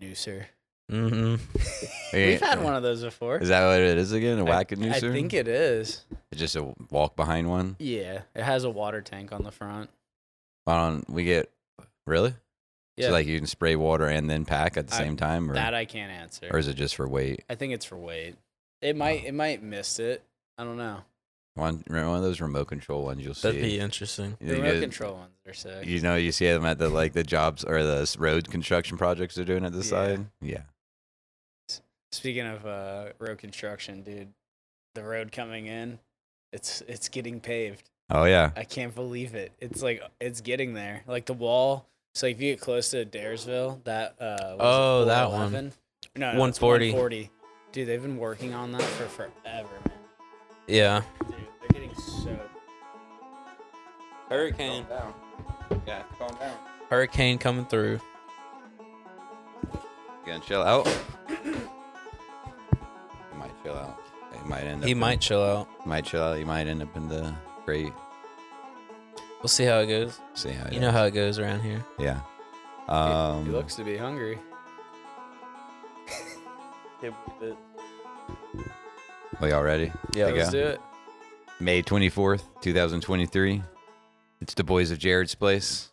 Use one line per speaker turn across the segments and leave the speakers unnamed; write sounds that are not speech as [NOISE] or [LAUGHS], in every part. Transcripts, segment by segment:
noosir.
Mm-hmm.
We've had one of those before.
uh, Is that what it is again? A whack a
I
nooser?
think it is.
It's just a walk behind one.
Yeah, it has a water tank on the front.
Why don't we get really?
Yeah,
So like you can spray water and then pack at the
I-
same time, or
that I can't answer.
or is it just for weight?
I think it's for weight. It might it might miss it. I don't know.
One remember one of those remote control ones you'll see.
That'd be interesting.
you
The remote
get-
control ones are sick.
You know, you see them at the like the jobs or the s- road construction projects they're doing at the
Yeah.
side. Yeah.
Speaking of uh, road construction, dude, the road coming in, it's it's getting paved.
Oh yeah.
I can't believe it. It's like it's getting there. Like the wall. So if you get close to Daresville, that uh, what is it,
Oh, that one.
411? No, no
140.
Forty. Dude, they've been working on that for forever, man.
Yeah.
Dude, they're getting so.
Hurricane.
Yeah, calm down.
Hurricane coming through.
You gonna chill out? You might chill out. You might end up.
He
in-
might chill out.
might chill out. You might end up in the great.
We'll see how it goes.
See how it
You know how it goes around here.
is. Yeah. Um,
he looks to be hungry.
we all ready?
Yeah,
To
Let's
go?
do it.
May 24th, 2023. It's the boys of Jared's place.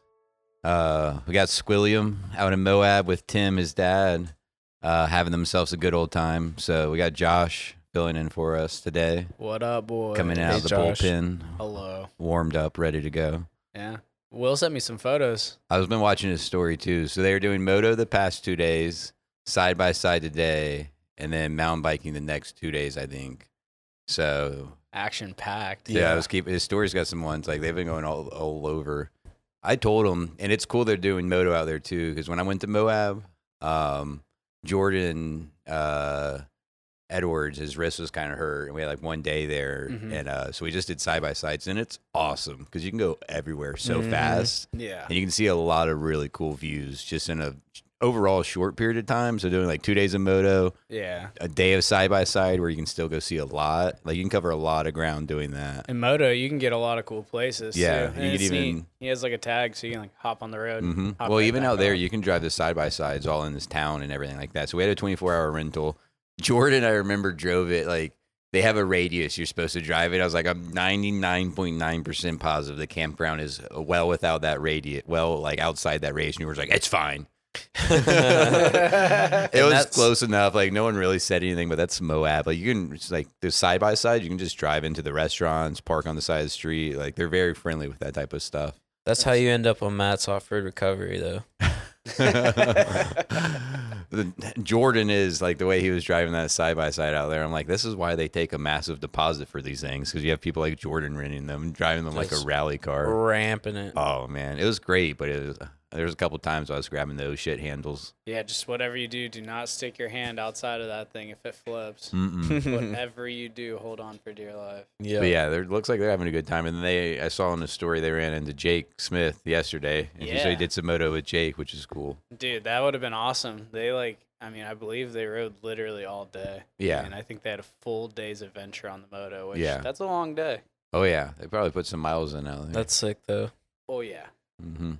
Uh, we got Squilliam out in Moab with Tim, his dad, uh, having themselves a good old time. So we got Josh filling in for us today,
What up, boy?
coming out
Hey,
of the
Josh.
bullpen,
Hello.
warmed up, ready to go.
Yeah. Will sent me some photos.
I've been watching his story too. So they were doing moto the past two days, side by side today, and then mountain biking the next two days, I think. So
Action packed.
Yeah, I was keeping his story's got some ones like they've been going all all over. I told him, and it's cool they're doing moto out there too. Because when I went to Moab, um, Jordan uh, Edwards, his wrist was kind of hurt, and we had like one day there,
Mhm.
and uh, so we just did side by sides, and it's awesome because you can go everywhere so
Mhm.
fast,
Yeah.
and you can see a lot of really cool views just in a overall short period of time. So doing like two days of moto,
Yeah.
a day of side by side, where you can still go see a lot, like you can cover a lot of ground doing that.
In moto, you can get a lot of cool places.
Yeah,
too.
you
And
could
it's neat.
even-
He has like a tag, so you can like hop on the road. and
hmm
hop
Well,
right
even
back
out there,
on.
you can drive the side by sides all in this town and everything like that. So we had a 24 hour rental. [LAUGHS] Jordan, I remember, drove it like they have a radius you're supposed to drive it. I was like, I'm 99.9% positive the campground is uh, well without that radius, well, like outside that radius. And you were just like,
[LAUGHS]
it's fine. [LAUGHS] It
And
was
that's-
close enough. Like no one really said anything, but that's Moab. Like you can it's like the side by side, you can just drive into the restaurants, park on the side of the street. Like they're very friendly with that type of stuff.
That's how you end up on Matt's off-road recovery, though.
the, Jordan is like the way he was driving that side by side out there. I'm like, this is why they take a massive deposit for these things because you have people like Jordan renting them, driving them like
Just
a rally car.
Ramping it.
Oh man, it was great, but it was there was a couple times I was grabbing those shit handles.
Yeah, just whatever you do, do not stick your hand outside of that thing if it
[LAUGHS]
flips.
Mm-mm.
yeah.
whatever you do, hold on for dear life.
But yeah, there looks like they're having a good time. And they, I saw in the story they ran into Jake Smith yesterday, and he- so he
Yeah.
did some moto with Jake, which is cool.
Dude, that would have been awesome. They like, I mean, I believe they rode literally all day.
Yeah.
And I think they had a full day's adventure on the moto, which
Yeah.
that's a long day.
Oh yeah, they probably put some miles in out there.
That's sick, though.
Oh yeah.
mm-hmm.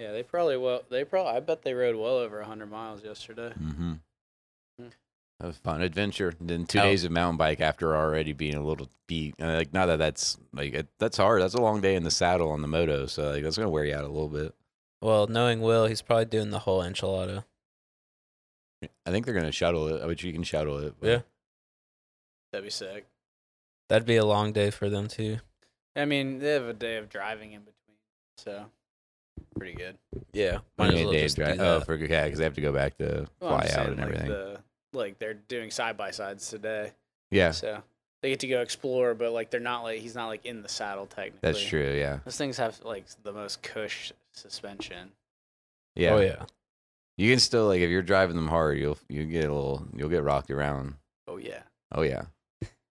Yeah, they probably well they probably I bet they rode well over 100 miles yesterday.
Mm-hmm.
Mm.
That was a fun adventure. Then two
Out.
days of mountain bike after already being a little beat. And like, not that that's like it, that's hard. That's a long day in the saddle on the moto, so like that's gonna wear you out a little bit.
Well, knowing Will, he's probably doing the whole enchilada.
I think they're gonna shuttle it. I bet you can shuttle it. but-
Yeah.
That'd be sick.
That'd be a long day for them too.
I mean, they have a day of driving in between. So pretty good.
Yeah,
I mean, Dave's right. Oh, for, yeah, because they have to go back to
Well, I'm
fly out
saying,
and
like,
everything.
the- like they're doing side by sides today.
yeah,
So they get to go explore, but like they're not like he's not like in the saddle technically.
that's true. Yeah,
Those things have like the most cush suspension.
yeah.
Oh yeah.
You can still like if you're driving them hard, you'll you get a little you'll get rocked around.
Oh yeah.
Oh yeah.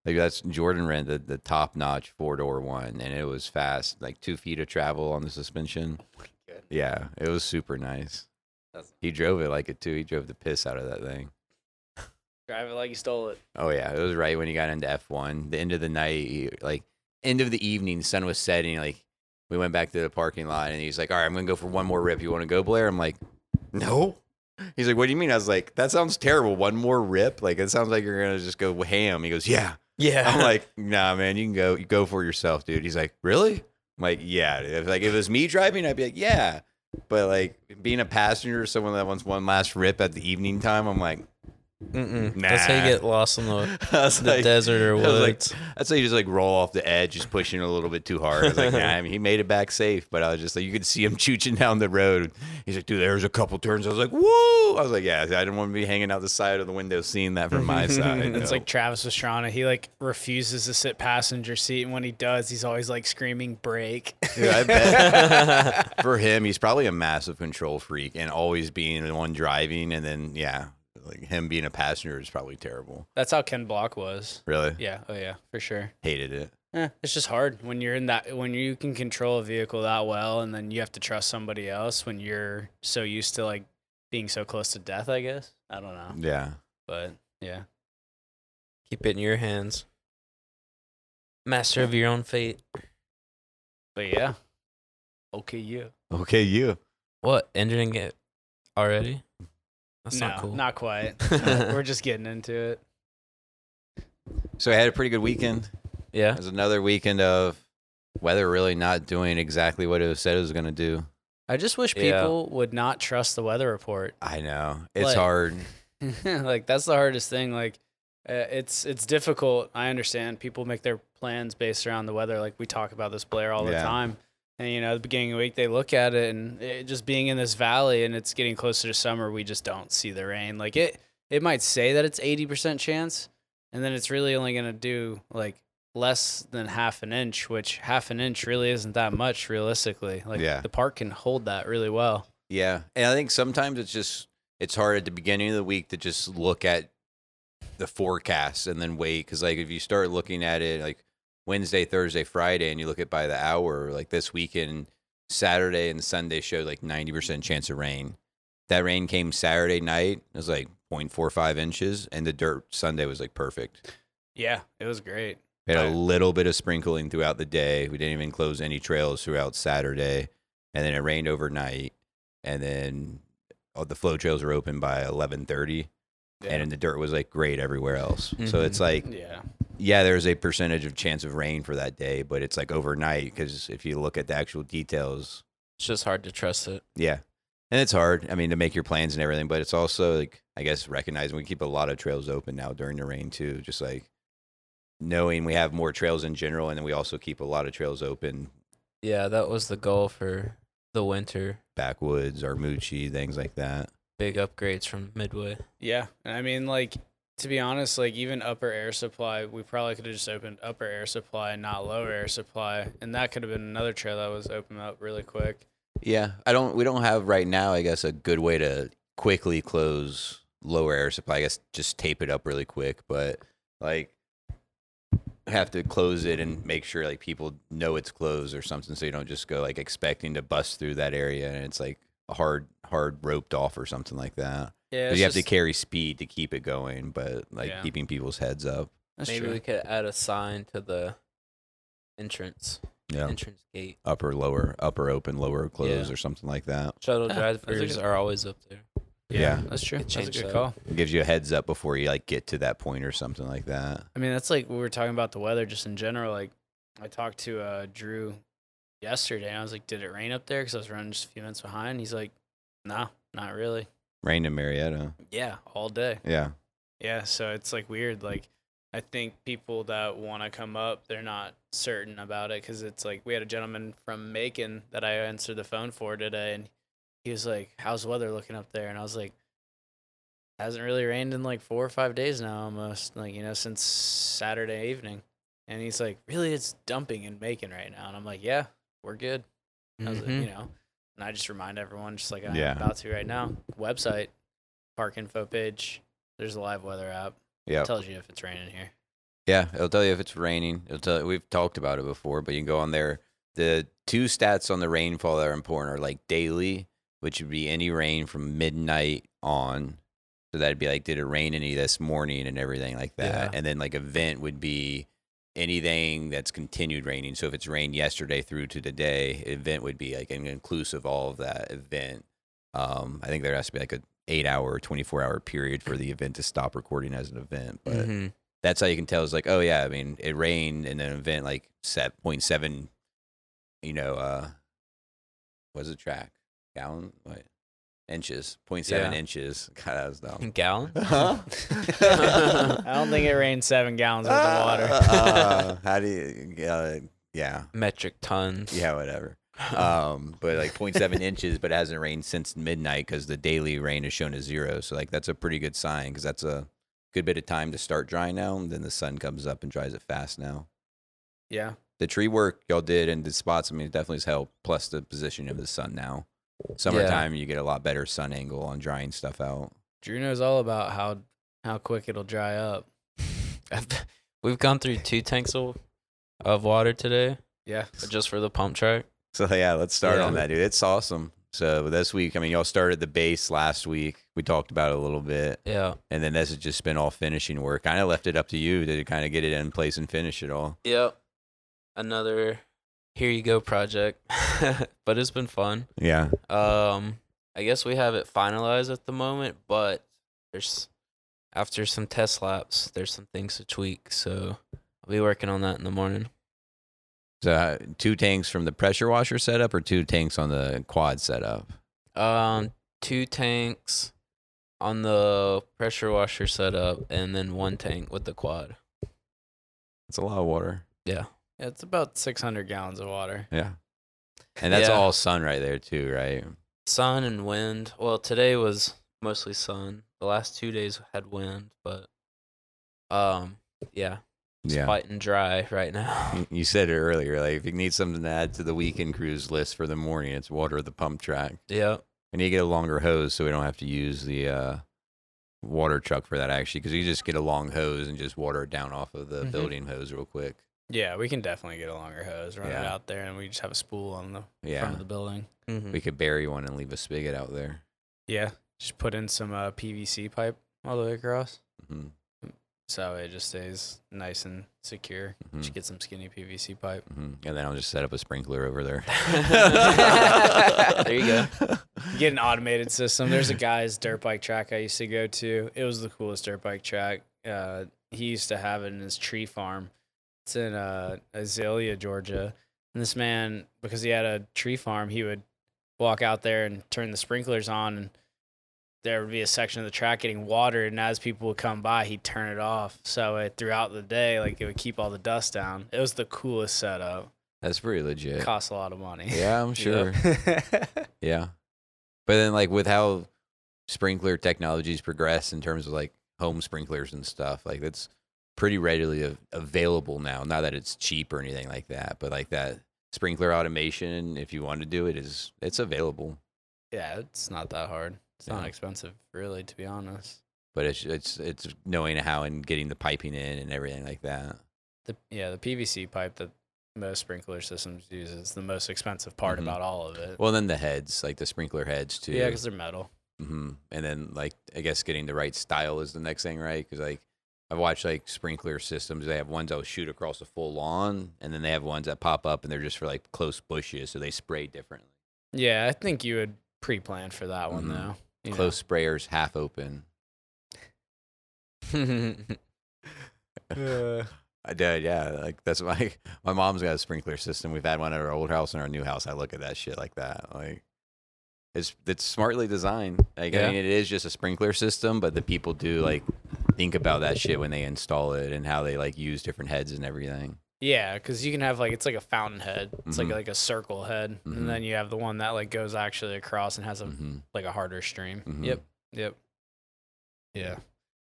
Like that's Jordan rented the top notch four door one and it was fast, like two feet of travel on the suspension.
Good.
Yeah, it was super nice.
That's-
He drove it like it too. He drove the piss out of that thing.
Drive it like you stole it.
Oh yeah, it was right when he got into F one. The end of the night, he- like end of the evening, sun was setting. Like we went back to the parking lot, and he's like, "All right, I'm gonna go for one more rip. You want to go, Blair?" I'm like, "No." He's like, "What do you mean?" I was like, "That sounds terrible. One more rip. Like it sounds like you're gonna just go ham." He goes, "Yeah."
Yeah. [LAUGHS]
I'm like, "Nah, man. You can go. You go for it yourself, dude." He's like, "Really?" I'm like, "Yeah." If like if it was me driving, I'd be like, "Yeah." But like being a passenger, someone that wants one last rip at the evening time, I'm like,
Mm-mm. That's how you
Nah.
get lost in the,
[LAUGHS] I was
the
like-
desert or
I was like,
woods.
I'd say you just like roll off the edge, just pushing a little bit too hard. I was
[LAUGHS]
like, nah, I mean, he made it back safe, but I was just like, you could see him [LAUGHS] chooching down the road. He's like, dude, there's a couple turns. I was like, whoa. I was like, yeah, I didn't want to be hanging out the side of the window seeing that from my
[LAUGHS]
side.
[LAUGHS] It's
no.
like Travis Pastrana. He like refuses to sit passenger seat, and when he does, he's always like screaming "break." [LAUGHS]
Dude, I bet for him, he's probably a massive control freak and always being the one driving. And then, yeah, like him being a passenger is probably terrible.
That's how Ken Block was.
Really
Yeah. Oh yeah, for sure.
hated it.
Eh, it's just hard when you're in that when you can control a vehicle that well, and then you have to trust somebody else when you're so used to like being so close to death. I guess I don't know,
Yeah.
but yeah.
Keep it in your hands. Master of your own fate.
But yeah. Okay, you.
Okay, you.
What? Ending it already? That's not cool.
not [LAUGHS] quite. We're just getting into it.
So I had a pretty good weekend.
yeah.
It was another weekend of weather really not doing exactly what it was said it was going to do.
I just wish
Yeah.
people would not trust the weather report.
I know. It's
Like-
hard.
[LAUGHS] like that's the hardest thing. Like uh, it's it's difficult. I understand people make their plans based around the weather. Like we talk about this Blair all the
Yeah.
time. And you know, the beginning of the week they look at it and it just being in this valley and it's getting closer to summer, we just don't see the rain. Like it it might say that it's 80% chance and then it's really only going to do like less than half an inch, which half an inch really isn't that much realistically. Like
Yeah.
the park can hold that really well.
Yeah. And I think sometimes it's just, it's hard at the beginning of the week to just look at the forecast and then wait. Cause like if you start looking at it like Wednesday, Thursday, Friday, and you look at by the hour, like this weekend, Saturday and Sunday showed like 90% chance of rain. That rain came Saturday night. It was like 0.45 inches and the dirt Sunday was like perfect.
Yeah, it was great.
We had
Right.
a little bit of sprinkling throughout the day. We didn't even close any trails throughout Saturday, and then it rained overnight. And then all the flow trails were open by eleven thirty, and then the dirt was like great everywhere else. So it's
Mhm.
like,
yeah.
yeah, there's a percentage of chance of rain for that day, but it's like overnight because if you look at the actual details,
It's just hard to trust it.
yeah. And it's hard, I mean, to make your plans and everything, but it's also like, I guess, recognizing we keep a lot of trails open now during the rain, too. Just like knowing we have more trails in general, and then we also keep a lot of trails open
Yeah, that was the goal for the winter.
backwoods, Armuchi, things like that.
Big upgrades from Midway.
Yeah, and I mean, like to be honest, like even upper air supply, we probably could have just opened upper air supply and not lower air supply, and that could have been another trail that was opened up really quick.
Yeah. I don't, we don't have right now, I guess, a good way to quickly close lower air supply. I guess just tape it up really quick, but like, have to close it and make sure like people know it's closed or something so you don't just go like expecting to bust through that area and it's like hard hard roped off or something like that 'Cause
Yeah,
you have to carry speed to keep it going but like
Yeah.
keeping people's heads up
Maybe we could add a sign to the entrance,
yeah
entrance gate.
upper lower upper open lower close
Yeah.
or something like that
Shuttle
Yeah, that's a
drivers
good-
are always up there.
Yeah.
that's true.
Could
That's a
change
good
that.
call.
It gives you a heads up before you like get to that point or something like that.
I mean, that's like we were talking about the weather just in general. Like I talked to uh, Drew yesterday, and I was like, "Did it rain up there?" Because I was running just a few minutes behind. He's like, "No, not really."
Rain in Marietta.
Yeah, all day.
Yeah.
Yeah, so it's like weird. Like, I think people that want to come up, they're not certain about it because it's like we had a gentleman from Macon that I answered the phone for today, and he was like, "How's the weather looking up there?" And I was like, "Hasn't really rained in like four or five days now, almost like you know since Saturday evening." And he's like, "Really, it's dumping in Macon right now," and I'm like, "Yeah, we're good." I was like,
Mm-hmm.
you know, and I just remind everyone, just like I'm
Mm-hmm. Yeah.
about to right now, website, park info page. There's a live weather app.
Yeah.
tells you if it's raining
[LAUGHS]
here. [LAUGHS]
Yeah. It'll tell you if it's raining. It'll tell we've talked about it before, but you can go on there. The two stats on the rainfall that are important are like daily, which would be any rain from midnight on. So that'd be like, did it rain any this morning and everything like that? And then like event would be anything that's continued raining. So if it's rained yesterday through to today, event would be like an inclusive all of that event. Um, I think there has to be like a eight hour, 24 hour period for the event to stop recording as an event. But
Mhm.
that's how you can tell is like, oh yeah, I mean, it rained and then event like set point seven, you know, uh was it track? Gallon what? Inches. Point seven
Yeah.
inches. [LAUGHS] God, that was dumb. [LAUGHS]
Gallon? [LAUGHS]
I don't think it rained seven gallons worth of water.
[LAUGHS]
Ah.
Uh, how do you uh, yeah.
Metric tons.
Yeah, whatever. Um, but like 0.7 inches, but it hasn't rained since midnight because the daily rain is shown as zero. So like that's a pretty good sign because that's a good bit of time to start drying now. And then the sun comes up and dries it fast now.
[LAUGHS] Yeah.
the tree work y'all did and the spots, I mean, it definitely has helped. Plus the position of the sun now. Summertime, you get a lot better sun angle on drying stuff out.
Drew knows all about how how quick it'll dry up.
I've- [LAUGHS] We've gone through two tanks of, of water today
[LAUGHS]
Yeah.
just for the pump track.
So yeah, let's start
Yeah.
on that, dude. It's awesome. So this week, I mean, y'all started the base last week. We talked about it a little bit,
Yeah.
and then this has just been all finishing work. Kind of left it up to you to kind of get it in place and finish it all.
Yep. Another here you go project. [LAUGHS] but it's been fun.
Yeah,
Um I guess we have it finalized at the moment, but there's after some test laps, there's some things to tweak, so I'll be working on that in the morning.
So uh, two tanks from the pressure washer setup, or two tanks on the quad setup.
Um two tanks on the pressure washer setup and then one tank with the quad.
It's a lot of water.
Yeah, it's about 600 gallons of water.
Yeah, and that's
Yeah.
all sun right there too, right?
Sun and wind. Well, today was mostly sun. The last two days had wind, but um yeah, it's fighting dry right now. [LAUGHS]
You- You said it earlier. Like, if you need something to add to the weekend cruise list for the morning, it's water the pump track.
yep.
I need to get a longer hose so we don't have to use the uh, water truck for that actually, because you just get a long hose and just water it down off of the
Mhm.
building hose real quick.
Yeah, we can definitely get a longer hose, run it
Yeah.
out there, and we just have a spool on the front
Yeah,
of the building.
Mhm.
we could bury one and leave a spigot out there.
Yeah, just put in some uh, PVC pipe all the way across,
Mhm,
so it just stays nice and secure.
mhm,
Just get some skinny PVC pipe.
mhm. And then I'll just set up a sprinkler over there.
[LAUGHS] there you go.
Get an automated system. There's a guy's dirt bike track I used to go to. It was the coolest dirt bike track. Uh, he used to have it in his tree farm. It's in uh, Azalea, Georgia. And this man, because he had a tree farm, he would walk out there and turn the sprinklers on, and there would be a section of the track getting watered. And as people would come by, he'd turn it off. So it, throughout the day, like it would keep all the dust down. It was the coolest setup.
[LAUGHS] That's pretty legit.
Cost a lot of money. [LAUGHS]
Yeah, I'm sure.
Yeah.
Yeah. But then like with how sprinkler technologies progress in terms of like home sprinklers and stuff, like that's pretty readily av- available now. Not that it's cheap or anything like that, but like that sprinkler automation, if you want to do it, is it's available.
Yeah, it's not that hard. It's not
Yeah.
expensive, really, to be honest.
But it's it's it's knowing how and getting the piping in and everything like that.
The yeah, the PVC pipe that most sprinkler systems use is the most expensive part
Mhm.
about all of it.
Well, then the heads, like the sprinkler heads too.
Yeah, because they're metal.
hmm And then like I guess getting the right style is the next thing, right? Because like I've watched like sprinkler systems. They have ones that will shoot across the full lawn, and then they have ones that pop up and they're just for like close bushes, so they spray differently.
Yeah, I think you would pre-plan for that one
Mhm.
though. you know.
Close sprayers, half open. I did, yeah. Like that's [LAUGHS] my my mom's got a sprinkler system. We've had one at our old house and our new house. I look at that shit like that. Like it's it's smartly designed. Like I
Yeah.
mean, it is just a sprinkler system, but the people do like think about that shit when they install it and how they like use different heads and everything.
[LAUGHS] Yeah, because you can have like it's like a fountain head. It's
Mhm.
like like a circle head,
Mhm.
and then you have the one that like goes actually across and has a
Mm-hmm.
like a harder stream.
Mhm. [LAUGHS]
Yep, [LAUGHS] yep, yeah,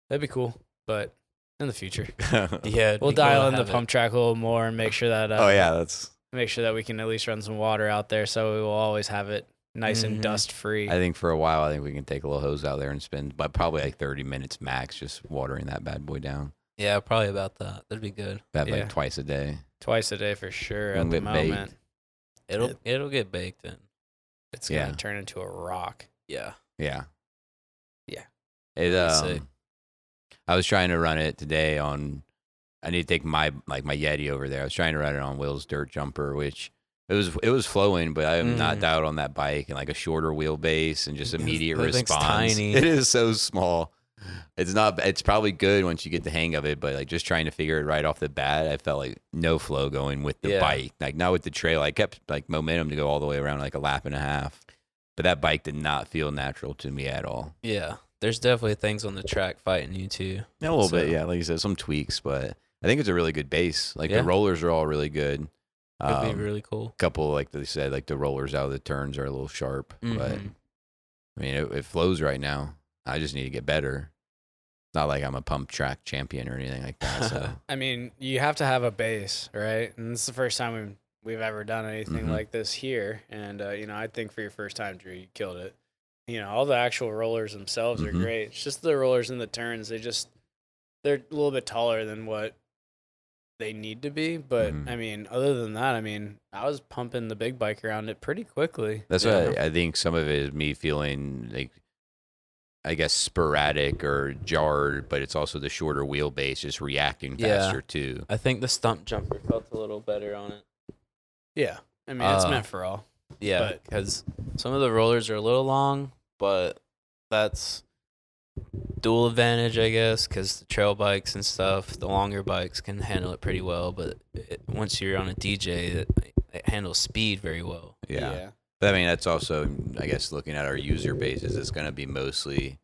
that'd be cool. But in the future, Uh,
yeah.
we'll dial in the pump track a little more and make sure that uh,
oh yeah, that's.
make sure that we can at least run some water out there so we will always have it nice
Mhm.
and dust free.
I think for a while, I think we can take a little hose out there and spend, but probably like thirty minutes max, just watering that bad boy down.
Yeah, probably about that. That'd be good.
That
Yeah.
like twice a day.
Twice a day for sure
And
at the
get baked.
moment.
It'll
It-
it'll get baked in.
It's going to
Yeah.
turn into a rock.
Yeah.
Yeah.
Yeah.
It
That'd be sick.
um, I was trying to run it today on I need to take my like my Yeti over there. I was trying to run it on Will's dirt jumper, which It was it was flowing, but I am
Mm.
not out on that bike and like a shorter wheelbase and just
Yes,
immediate
that thing's
response. [LAUGHS]
tiny.
It is so small. It's not. It's probably good once you get the hang of it, but like just trying to figure it right off the bat, I felt like no flow going with the
Yeah.
bike, like not with the trail. I kept like momentum to go all the way around like a lap and a half, but that bike did not feel natural to me at all.
Yeah, there's definitely things on the track fighting you too.
A little
So-
bit, yeah. Like you said, some tweaks, but I think it's a really good base. Like
Yeah.
the rollers are all really good.
Could
Um,
be really cool.
couple, like they said, like the rollers out of the turns are a little sharp, but
Mhm.
I mean, it, it flows right now. I just need to get better. Not like I'm a pump track champion or anything like that.
[LAUGHS]
So
I mean, you have to have a base, right? And this is the first time we've we've ever done anything
Mhm.
like this here. And uh, you know, I think for your first time, Drew, you killed it. You know, all the actual rollers themselves
Mhm.
are great. It's just the rollers and the turns. They just they're a little bit taller than what they need to be. But
Mhm.
I mean, other than that, I mean, I was pumping the big bike around it pretty quickly.
that's
Yeah.
why I, I think some of it is me feeling like, I guess, sporadic or jarred, but it's also the shorter wheelbase just reacting
Yeah.
faster too.
I think the stump jumper felt a little better on it.
Yeah, I mean, it's
Uh,
meant for all.
Yeah,
But-
because some of the rollers are a little long, but that's dual advantage, I guess, because the trail bikes and stuff, the longer bikes can handle it pretty well. But it, once you're on a DJ, it, it handles speed very well.
yeah. But I mean, that's also, I guess, looking at our user bases, it's going to be mostly.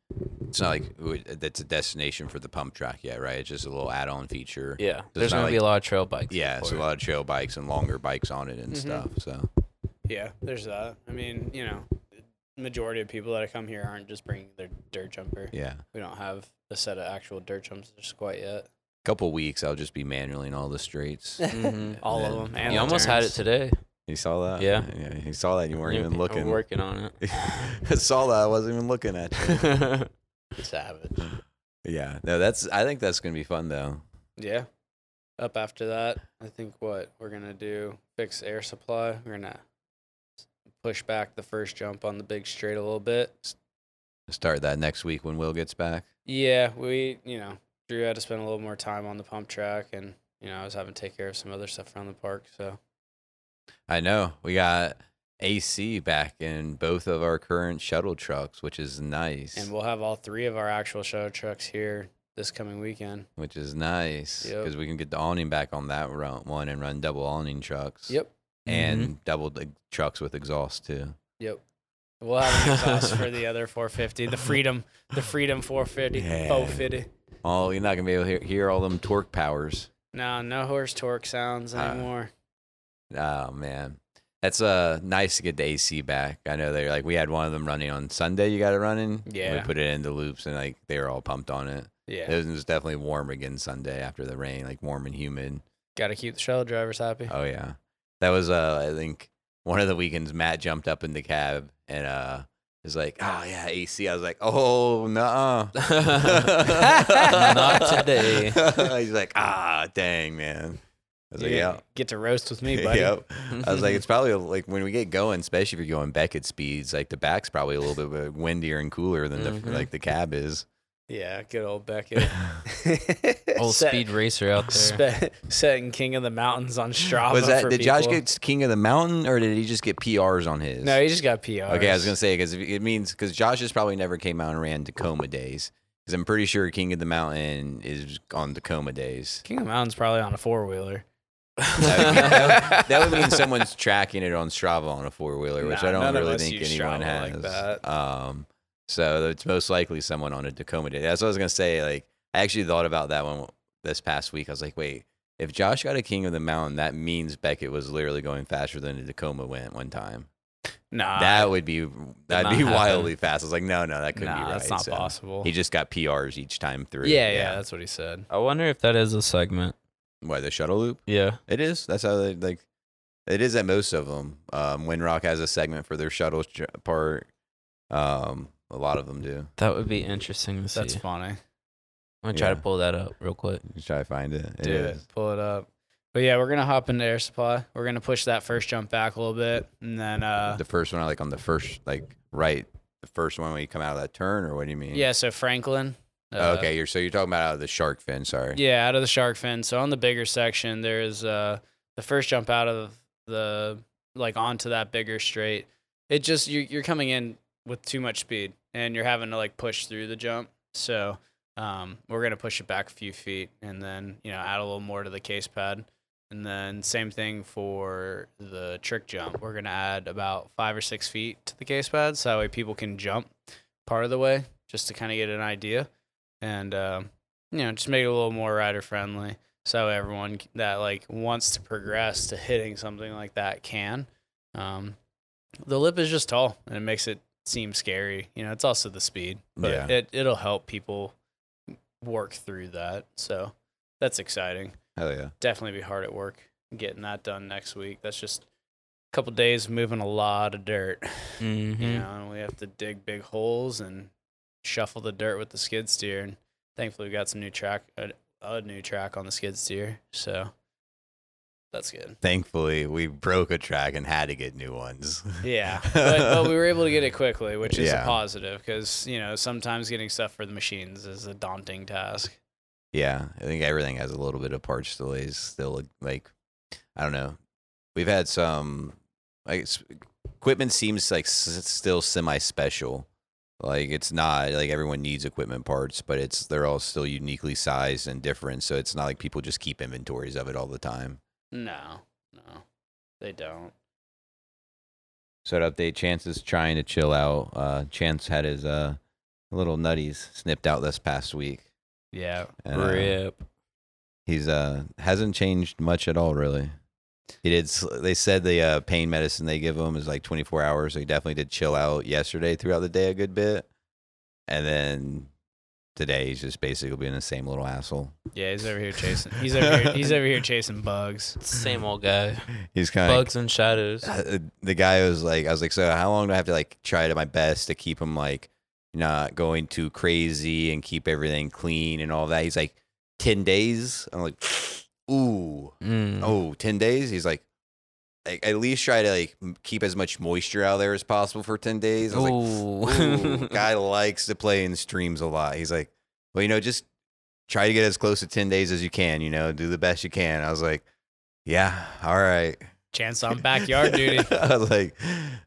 It's not like w- that's a destination for the pump track yet, right? It's just a little add-on feature.
Yeah,
not
there's gonna be
like-
a lot of trail bikes.
yeah, it's a
for it.
lot of trail bikes and longer bikes on it and
Mhm.
stuff. So
Yeah, there's that. I mean, you know, majority of people that come here aren't just bringing their dirt jumper.
yeah,
We don't have a set of actual dirt jumps just quite [LAUGHS] yet.
couple weeks, I'll just be manualing all
[LAUGHS]
the straights.
Mhm.
All
Yeah.
of them. And
You
the
almost had it
turns.
today.
You saw that?
Yeah.
yeah. You saw that. You weren't
You-
even looking.
I'm working on
[LAUGHS]
it.
I saw that. I wasn't even looking at. You.
Savage.
Yeah. No, that's. I think that's gonna be fun though.
Yeah. Up after that, I think what we're gonna do fix air supply. We're gonna s- push back the first jump on the big straight a little bit.
Start that next week when Will gets back.
Yeah, we you know Drew had to spend a little more time on the pump track, and you know I was having to take care of some other stuff around the park. So
I know. We got AC back in both of our current shuttle trucks, which is nice.
and we'll have all three of our actual show trucks here this coming weekend.
which is nice
Yep.
because we can get the awning back on that run, one and run double awning trucks.
Yep.
And double the trucks with exhaust too.
Yep. We'll have an exhaust for
[LAUGHS]
the other 450. The Freedom, the Freedom 450,
Yeah.
450.
Oh, you're not gonna be able to hear, hear all them torque powers.
No, no horse torque sounds
Uh,
anymore.
Oh man, that's uh nice to get the AC back. I know they're like we had one of them running on Sunday. You got it running. and
Yeah.
we put it into loops and like they were all pumped on it.
yeah.
It was definitely warm again Sunday after the rain, like warm and humid.
Got to keep the shuttle drivers happy.
Oh yeah, that was uh I think one of the weekends Matt jumped up in the cab and uh was like, oh yeah AC. I was like, oh no.
[LAUGHS]
Uh,
Not today.
[LAUGHS] He's like, ah, dang, man. I was like,
You
yeah.
Get to roast with
[LAUGHS]
me, buddy.
Yep.
[LAUGHS]
I was like, it's probably like when we get going, especially if you're going Beckett speeds, like the back's probably a little bit uh, windier and cooler than the
Mm-hmm.
Mhm.
like the cab is.
Yeah, good old Beckett.
[LAUGHS]
[LAUGHS]
Old
Set-
speed racer out there.
Spe- setting King of the Mountains on Strava.
Was that
for
did Josh
people.
get King of the Mountain or did he just get PRs on his?
No, he just got PR.
Okay, I was gonna say because it means because Josh has probably never came out and ran Tacoma days because I'm pretty sure King of the Mountain is on Tacoma days.
King of the Mountains probably on a four wheeler.
that, would, that
[LAUGHS]
would mean someone's tracking it on Strava on a four wheeler, which
Nah,
I don't
none of
really
us
think
use
anyone
Strava like
has.
that.
Um, so it's most likely someone on a Tacoma day. That's what I was gonna say. Like I actually thought about that one this past week. I was like, wait, if Josh got a King of the Mountain, that means Beckett was literally going faster than a Tacoma went one time.
Nah,
that would be that'd
not
be
happen.
wildly fast. I was like, no, no, that couldn't
nah,
be right.
that's not
So
possible.
He just got PRs each time through.
yeah, yeah, that's what he said.
I wonder if that is a segment.
Why the shuttle loop?
Yeah.
It is. That's how they like. It is at most of them. Um, Windrock has a segment for their shuttle ch- part. Um, a lot of them do.
That would be interesting to see.
That's funny.
I'm gonna try
yeah.
to pull that up real quick.
Just try to find it. It
Do it.
is.
Pull it up. But yeah, we're gonna hop into air supply. We're gonna push that first jump back a little bit, and then uh,
the first one, like on the first, like right, the first one when you come out of that turn, or what do you mean?
yeah. So Franklin.
Oh,
uh,
okay, you're so you're talking about out of the shark fin. Sorry.
Yeah, out of the shark fin. So on the bigger section, there is uh, the first jump out of the like onto that bigger straight. It just you you're coming in with too much speed and you're having to like push through the jump. So um, we're gonna push it back a few feet and then you know add a little more to the case pad. And then same thing for the trick jump. We're gonna add about five or six feet to the case pad, so that way people can jump part of the way just to kind of get an idea, and um, you know just make it a little more rider friendly, so everyone c- that like wants to progress to hitting something like that can. Um, the lip is just tall, and it makes it seem scary. You know, it's also the speed, but
Yeah.
it it'll help people work through that. So that's exciting
Hell yeah.
definitely be hard at work getting that done next week. That's just a couple days moving a lot of dirt.
Mm-hmm.
You know, and we have to dig big holes and shuffle the dirt with the skid steer. And thankfully, we got some new track, a, a new track on the skid steer. So that's good.
Thankfully, we broke a track and had to get new ones. [LAUGHS]
Yeah, but, but we were able to get it quickly, which is
Yeah.
a positive because you know sometimes getting stuff for the machines is a daunting task.
Yeah, I think everything has a little bit of parts delays still. Like, I don't know. We've had some like s- equipment seems like s- still semi special. Like it's not like everyone needs equipment parts, but it's they're all still uniquely sized and different. So it's not like people just keep inventories of it all the time.
No, no, they don't.
So to update, Chance is trying to chill out. Uh, Chance had his uh, little nutties snipped out this past week.
Yeah,
And, uh,
Rip.
He's uh hasn't changed much at all, really. He did. sl- They said the uh, pain medicine they give him is like 24 hours. So he definitely did chill out yesterday throughout the day a good bit, and then today he's just basically being the same little asshole.
yeah, he's over here chasing. He's over here, he's over here chasing bugs.
Same old guy.
He's kind of
Bugs and shadows.
Uh, the guy was like, I was like, so how long do I have to like try to my best to keep him like not going too crazy and keep everything clean and all that? He's like, 10 days. I'm like, ooh,
Mm.
oh, 10 days? He's like, like at least try to like m- keep as much moisture out there as possible for 10 days. I was like,
Ooh. [LAUGHS]
Ooh, guy likes to play in streams a lot. He's like, well, you know, just try to get as close to 10 days as you can, you know, do the best you can. I was like, yeah, all right.
Chance on backyard duty.
[LAUGHS] I was like,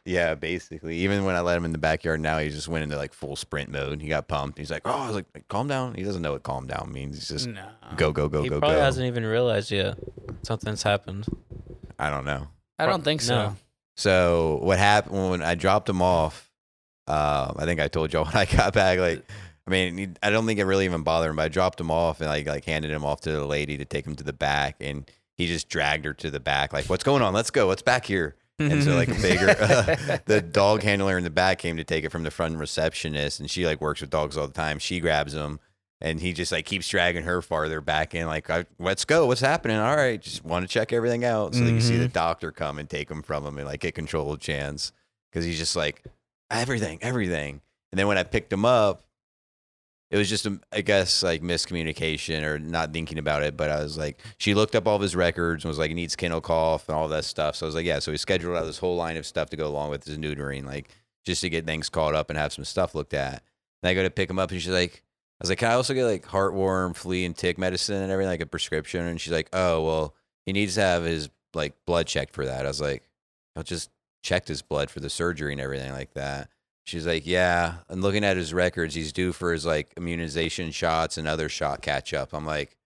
yeah, basically. Even when I let him in the backyard now, he just went into like full sprint mode. He got pumped. He's like, oh, I was like, calm down. He doesn't know what calm down means. He's just
no.
go, go, go,
Mm. he
go, go.
probably hasn't even realized yet something's happened.
I don't know.
I don't think so.
No.
So what happened when I dropped him off? Um, I think I told y'all [LAUGHS] when I got back. Like, I mean, he- I don't think it really even bothered him, but I dropped him off and like like handed him off to the lady to take him to the back, and he just dragged her to the back. Like, what's going on? Let's go. What's back here? And so like a bigger, [LAUGHS] uh, the dog handler in the back came to take it from the front receptionist, and she like works with dogs all the time. She grabs him. And he just like keeps dragging her farther back in, like, I, let's go. What's happening? All right. Just want to check everything out. So that you see the doctor come and take him from him and like get control of Chance. Cause he's just like, everything, everything. And then when I picked him up, it was just, a, I guess, like miscommunication or not thinking about it. But I was like, she looked up all of his records and was like, he needs kennel cough and all that stuff. So I was like, yeah. So he scheduled out this whole line of stuff to go along with his neutering, like just to get things caught up and have some stuff looked at. And I go to pick him up and she's like, I was like, can I also get like heartworm, flea, and tick medicine and everything, like a prescription? And she's like, oh, well, he needs to have his like blood checked for that. I was like, I'll just checked his blood for the surgery and everything like that. She's like, yeah. And looking at his records, he's due for his like immunization shots and other shot catch up. I'm like,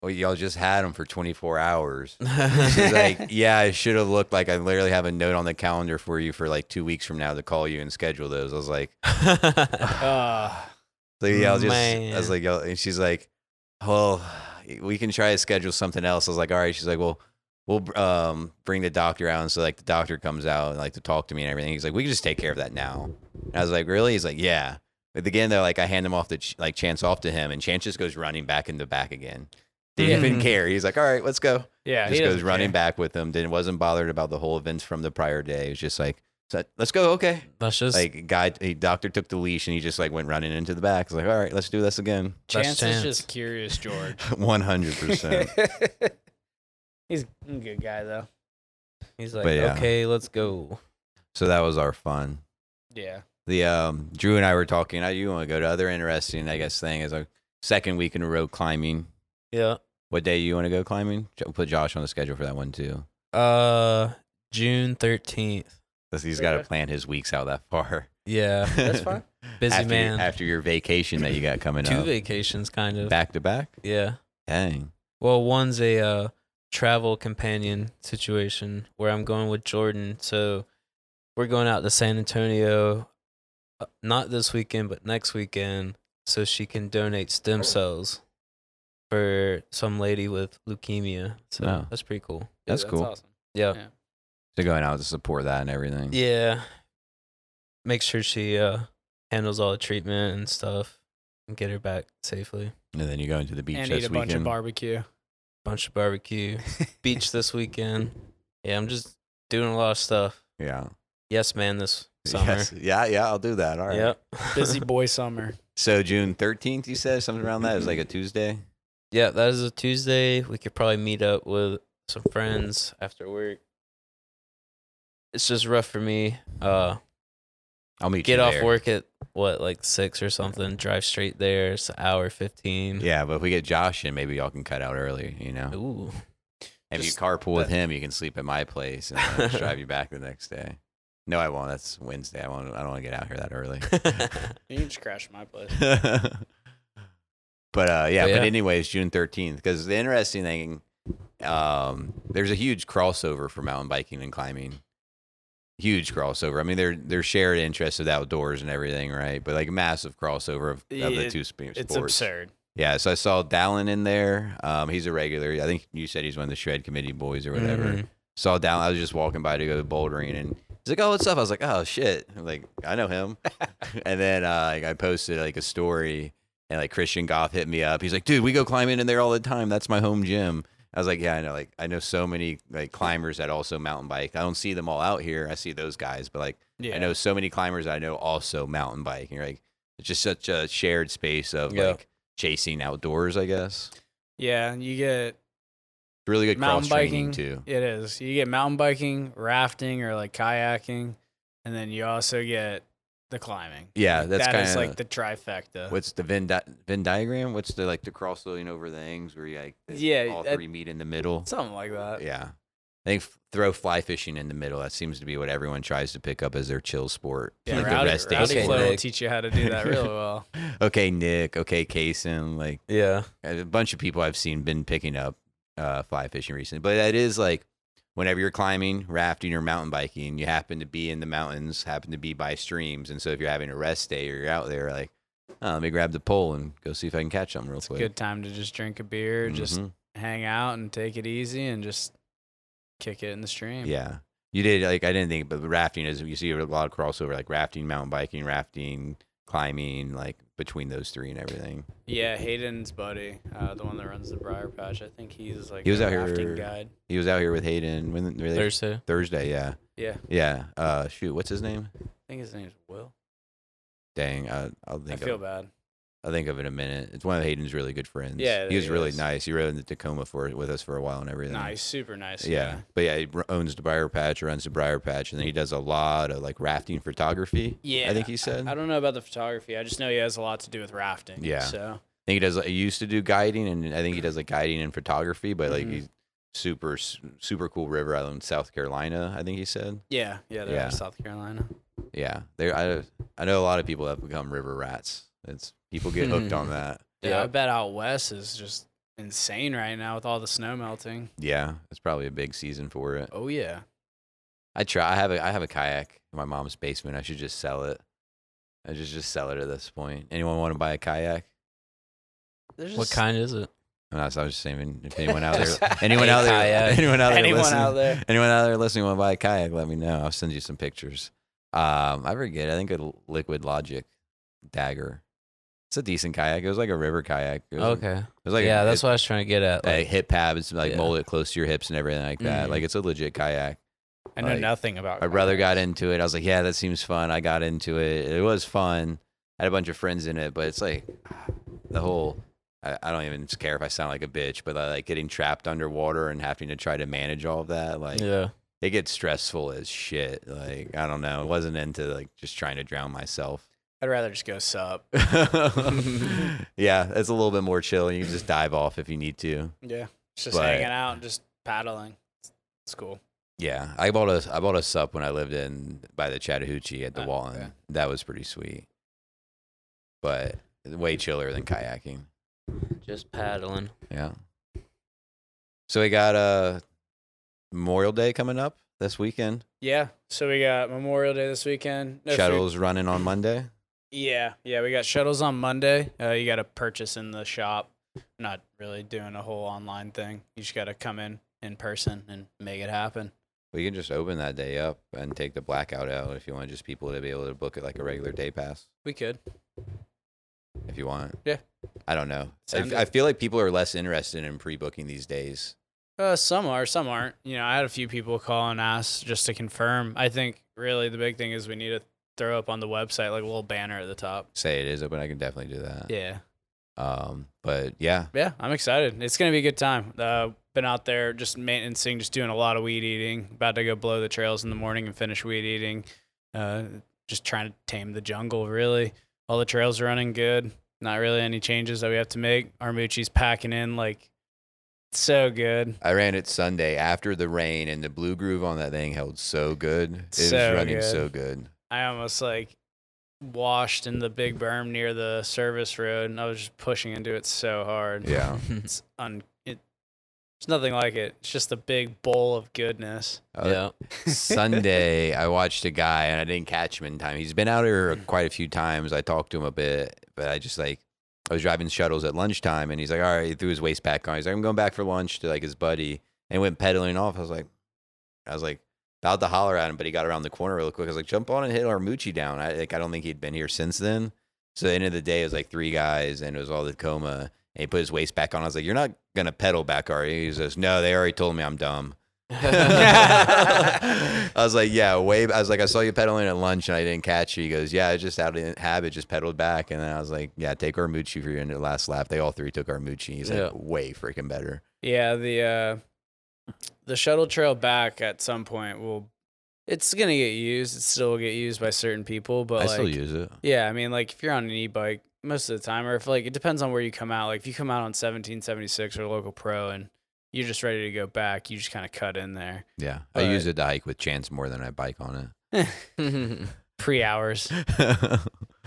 well, y'all just had him for 24 hours.
[LAUGHS]
She's [LAUGHS] like, yeah, I should have looked like I literally have a note on the calendar for you for like two weeks from now to call you and schedule those. I was like,
Uh,
so yeah, I was just, I
Man.
was like, yo, and she's like, well, we can try to schedule something else. I was like, all right. She's like, well, we'll um, bring the doctor out. And so like the doctor comes out and like to talk to me and everything. He's like, we can just take care of that now. And I was like, really? He's like, yeah. But again, though, like I hand him off the ch- like chance off to him, and chance just goes running back in the back again. Didn't even
Mhm.
care. He's like, all right, let's go.
yeah,
just goes running
back.
back with him. Didn't wasn't bothered about the whole events from the prior day. It was just like, so- let's go. Okay
That's just
like guy he, doctor took the leash and he just like went running into the back. He's like, all right, let's do this again.
Chance,
That's
is
Chance.
just curious, George.
[LAUGHS] One hundred
[LAUGHS]
percent.
[LAUGHS] He's a good guy though.
he's like,
but yeah.
okay, let's go.
So that was our fun. [LAUGHS]
Yeah. The
The um, Drew and I were talking. I you want to go to other interesting, I guess, thing is our second week in a row climbing.
Yeah.
What day you want to go climbing? Jo- Put Josh on the schedule for that one too.
Uh, June thirteenth.
Because he's got to plan his weeks out that far.
Yeah,
That's fine.
busy
[LAUGHS] after,
man.
After your vacation that you got coming
Two
up.
vacations, kind of.
Back to back?
Yeah.
Dang.
Well, one's a uh, travel companion situation where I'm going with Jordan. So we're going out to San Antonio, uh, not this weekend, but next weekend, so she can donate stem cells for some lady with leukemia. So
Wow.
that's pretty cool.
Yeah,
That's cool.
awesome.
Yeah.
Yeah.
So going out to support that and everything.
Yeah. Make sure she uh, handles all the treatment and stuff and get her back safely.
And then you go into the beach
and
this
eat a bunch
weekend.
of
[LAUGHS]
barbecue.
Bunch of barbecue, beach this weekend. Yeah, I'm just doing a lot of stuff.
yeah.
Yes, man, this summer.
[LAUGHS] Yes. Yeah, yeah, I'll do that. All right. [LAUGHS]
Yep.
Busy boy summer.
So June 13th, you said something around that? It was like a
Mm-hmm.
Tuesday?
yeah, that is a Tuesday. We could probably meet up with some friends after work. It's just rough for me. Uh,
I'll meet you
get off
there.
work at what, like six or something. Drive straight there. It's an hour fifteen.
Yeah, but if we get Josh in, maybe y'all can cut out early, you know? [LAUGHS]
Ooh. [LAUGHS]
If you
Just
carpool with
that-
him, you can sleep at my place and I'll just
[LAUGHS]
drive you back the next day. No, I won't. That's Wednesday. I won't. I don't want to get out here that early.
You can just crash my place.
[LAUGHS] but uh, yeah,
But
but,
yeah.
anyways, June thirteenth. Because the interesting thing, um, there's a huge crossover for mountain biking and climbing. Huge crossover. I mean, they're they're shared interests of outdoors and everything, right? But like massive crossover of, of the
It-
two sp- sports.
It's absurd.
Yeah, so I saw Dallin in there. Um, he's a regular. I think you said he's one of the shred committee boys or whatever.
Mhm.
Saw Dallin. I was just walking by to go bouldering, and he's like, "Oh, what's up?" I was like, "Oh shit!" I'm like, "I know him." and then uh, like, I posted like a story, and like Christian Goff hit me up. He's like, "Dude, we go climbing in there all the time. That's my home gym." I was like, "Yeah, I know. Like, I know so many like climbers that also mountain bike. I don't see them all out here. I see those guys, but like."
Yeah.
I know so many climbers I know also mountain bike. You're like it's just such a shared space of
Yeah.
like chasing outdoors, I guess.
Yeah, you get
Really good
Mountain
cross training
biking.
too.
it is. You get mountain biking, rafting, or like kayaking, and then you also get the climbing.
Yeah, that's
That
kind
is
of
like the trifecta.
what's the Venn di- Venn diagram? What's the like the cross loading over the things where you like the-
Yeah,
all
that- uh,
three meet in the middle?
Something like that.
Yeah, I think f- throw fly fishing in the middle. That seems to be what everyone tries to pick up as their chill sport.
Yeah,
like the
Rowdy,
rest day
Rowdy
Okay,
sport.
Flow will
Nick.
teach you how to do that really well.
[LAUGHS] Okay, Nick. Okay, Kason. Like.
Yeah.
a bunch of people I've seen been picking up uh, fly fishing recently, but that is like whenever you're climbing, rafting, or mountain biking, you happen to be in the mountains, happen to be by streams, and so if you're having a rest day or you're out there, like, oh, let me grab the pole and go see if I can catch something real
It's a
quick.
good time to just drink a beer, just
Mhm.
hang out and take it easy and just kick it in the stream.
yeah. You did like I didn't think, but rafting is you see a lot of crossover, like rafting, mountain biking, rafting, climbing, like between those three and everything.
Yeah, Hayden's buddy, uh, the one that runs the Briar Patch. I think he's like
He was
a
out here-
rafting guide.
He was out here with Hayden when were they-
Thursday.
Thursday, yeah,
Yeah,
yeah. Uh, shoot, what's his name?
I think his name's Will.
Dang, uh, I'll think.
I
of
feel
it.
bad.
I think of it in a minute. It's one of Hayden's really good friends.
Yeah,
he was
he
really
is.
nice. He rode in the Tacoma for with us for a while and everything.
Nah, he's super nice.
Yeah.
guy.
but yeah, he r- owns the Briar Patch, runs the Briar Patch, and then he does a lot of like rafting photography.
Yeah.
I think he said.
I don't know about the photography. I just know he has a lot to do with rafting.
Yeah.
So
I think he does. Like, he used to do guiding, and I think he does like guiding and photography. But like
Mhm.
he's super s- super cool river out in South Carolina. I think he said.
yeah, yeah, they're out
Yeah.
of South Carolina.
Yeah, there. I I know a lot of people have become river rats. It's people get
[LAUGHS]
hooked on that.
Yeah,
Yeah.
I bet out west is just insane right now with all the snow melting.
Yeah, it's probably a big season for it.
Oh yeah.
I try. I have a I have a kayak in my mom's basement. I should just sell it. I should just sell it at this point. Anyone want to buy a kayak?
There's
What
just-
kind is it?
No, I was I was just saying if anyone out there,
Just
[LAUGHS]
[LAUGHS]
anyone
a
out there, [LAUGHS]
kayak.
anyone out there,
Anyone
listening,
out there?
anyone out there listening want to buy a kayak? Let me know. I'll send you some pictures. Um, I forget. I think a Liquid Logic Dagger. It's a decent kayak. It was like a river kayak. It was a-
Okay.
it was like
yeah,
a,
that's
it,
what I was trying to get at.
a
Like,
hip pad. It's like
Yeah.
molded close to your hips and everything like that.
Mhm.
Like it's a legit kayak.
I know
Like,
nothing about.
my brother
kayaks.
got into it. I was like, yeah, that seems fun. I got into it. It was fun. I had a bunch of friends in it, but it's like the whole. I, I don't even care if I sound like a bitch, but I like getting trapped underwater and having to try to manage all of that. Like
yeah.
it gets stressful as shit. Like I don't know. I wasn't into like just trying to drown myself. [LAUGHS]
I'd rather just go sup.
yeah, it's a little bit more chill. You can just dive off if you need to.
Yeah. It's just
But-
hanging out and just paddling. It's, it's cool.
Yeah, I bought a I bought a sup when I lived in by the Chattahoochee at the
Oh,
Wallen.
okay.
That was pretty sweet, but way chiller than kayaking.
Just paddling.
Yeah. So we got uh, Memorial Day coming up this weekend.
Yeah. So we got Memorial Day this weekend. If we-
Shuttles running on Monday.
yeah. Yeah. We got shuttles on Monday. Uh, you got to purchase in the shop. Not really doing a whole online thing. You just got to come in in person and make it happen.
We can just open that day up and take the blackout out if you want. Just people to be able to book it like a regular day pass
We could.
if you want.
Yeah.
I don't know. I,
Sounds
I
good.
feel like people are less interested in pre-booking these days.
Uh, some are, some aren't. You know, I had a few people call and ask just to confirm. I think really the big thing is we need to throw up on the website like a little banner at the top.
Say it is open. I can definitely do that.
Yeah.
Um. But yeah,
Yeah, I'm excited. It's gonna be a good time. Uh, been out there just maintaining, just doing a lot of weed eating. About to go blow the trails in the morning and finish weed eating. Uh, just trying to tame the jungle. Really, all the trails are running good. Not really any changes that we have to make. Armucci's packing in like so good.
I ran it Sunday after the rain, and the blue groove on that thing held so good. It
So
was running
good. [LAUGHS]
so good.
I almost like washed in the big berm near the service road, and I was just pushing into it so hard.
Yeah.
It's un. It, there's nothing like it. It's just a big bowl of goodness.
Uh,
[LAUGHS] yeah.
[LAUGHS] Sunday, I watched a guy, and I didn't catch him in time. He's been out here quite a few times. I talked to him a bit, but I just like I was driving shuttles at lunchtime, and he's like, "All right," he threw his waist back on. He's like, "I'm going back for lunch" to like his buddy, and went pedaling off. I was like, I was like about to holler at him, but he got around the corner real quick. I was like, "Jump on and hit Armucci down." I like I don't think he'd been here since then. So the end of the day, it was like three guys, and it was all the coma. And he put his waist back on. I was like, "You're not gonna pedal back, are you?" He says, "No, they already told me
[LAUGHS]
I'm dumb." [LAUGHS] I was like, yeah, way. I was like, I saw you pedaling at lunch and I didn't catch you. He goes, yeah, I just out of habit, just pedaled back. And then I was like, yeah, take Armucci for your end of last lap. They all three took Armucci. He's
Yeah.
like, way freaking better.
Yeah, the uh the shuttle trail back at some point will it's gonna get used. It still will get used by certain people, but like
use it.
yeah, I mean like if you're on an e bike most of the time, or if like it depends on where you come out. Like if you come out on seventeen seventy six or local pro and you're just ready to go back, you just kinda cut in there.
Yeah. I
But-
use it to hike with Chance more than I bike on [LAUGHS]
Pre hours, [LAUGHS]
it.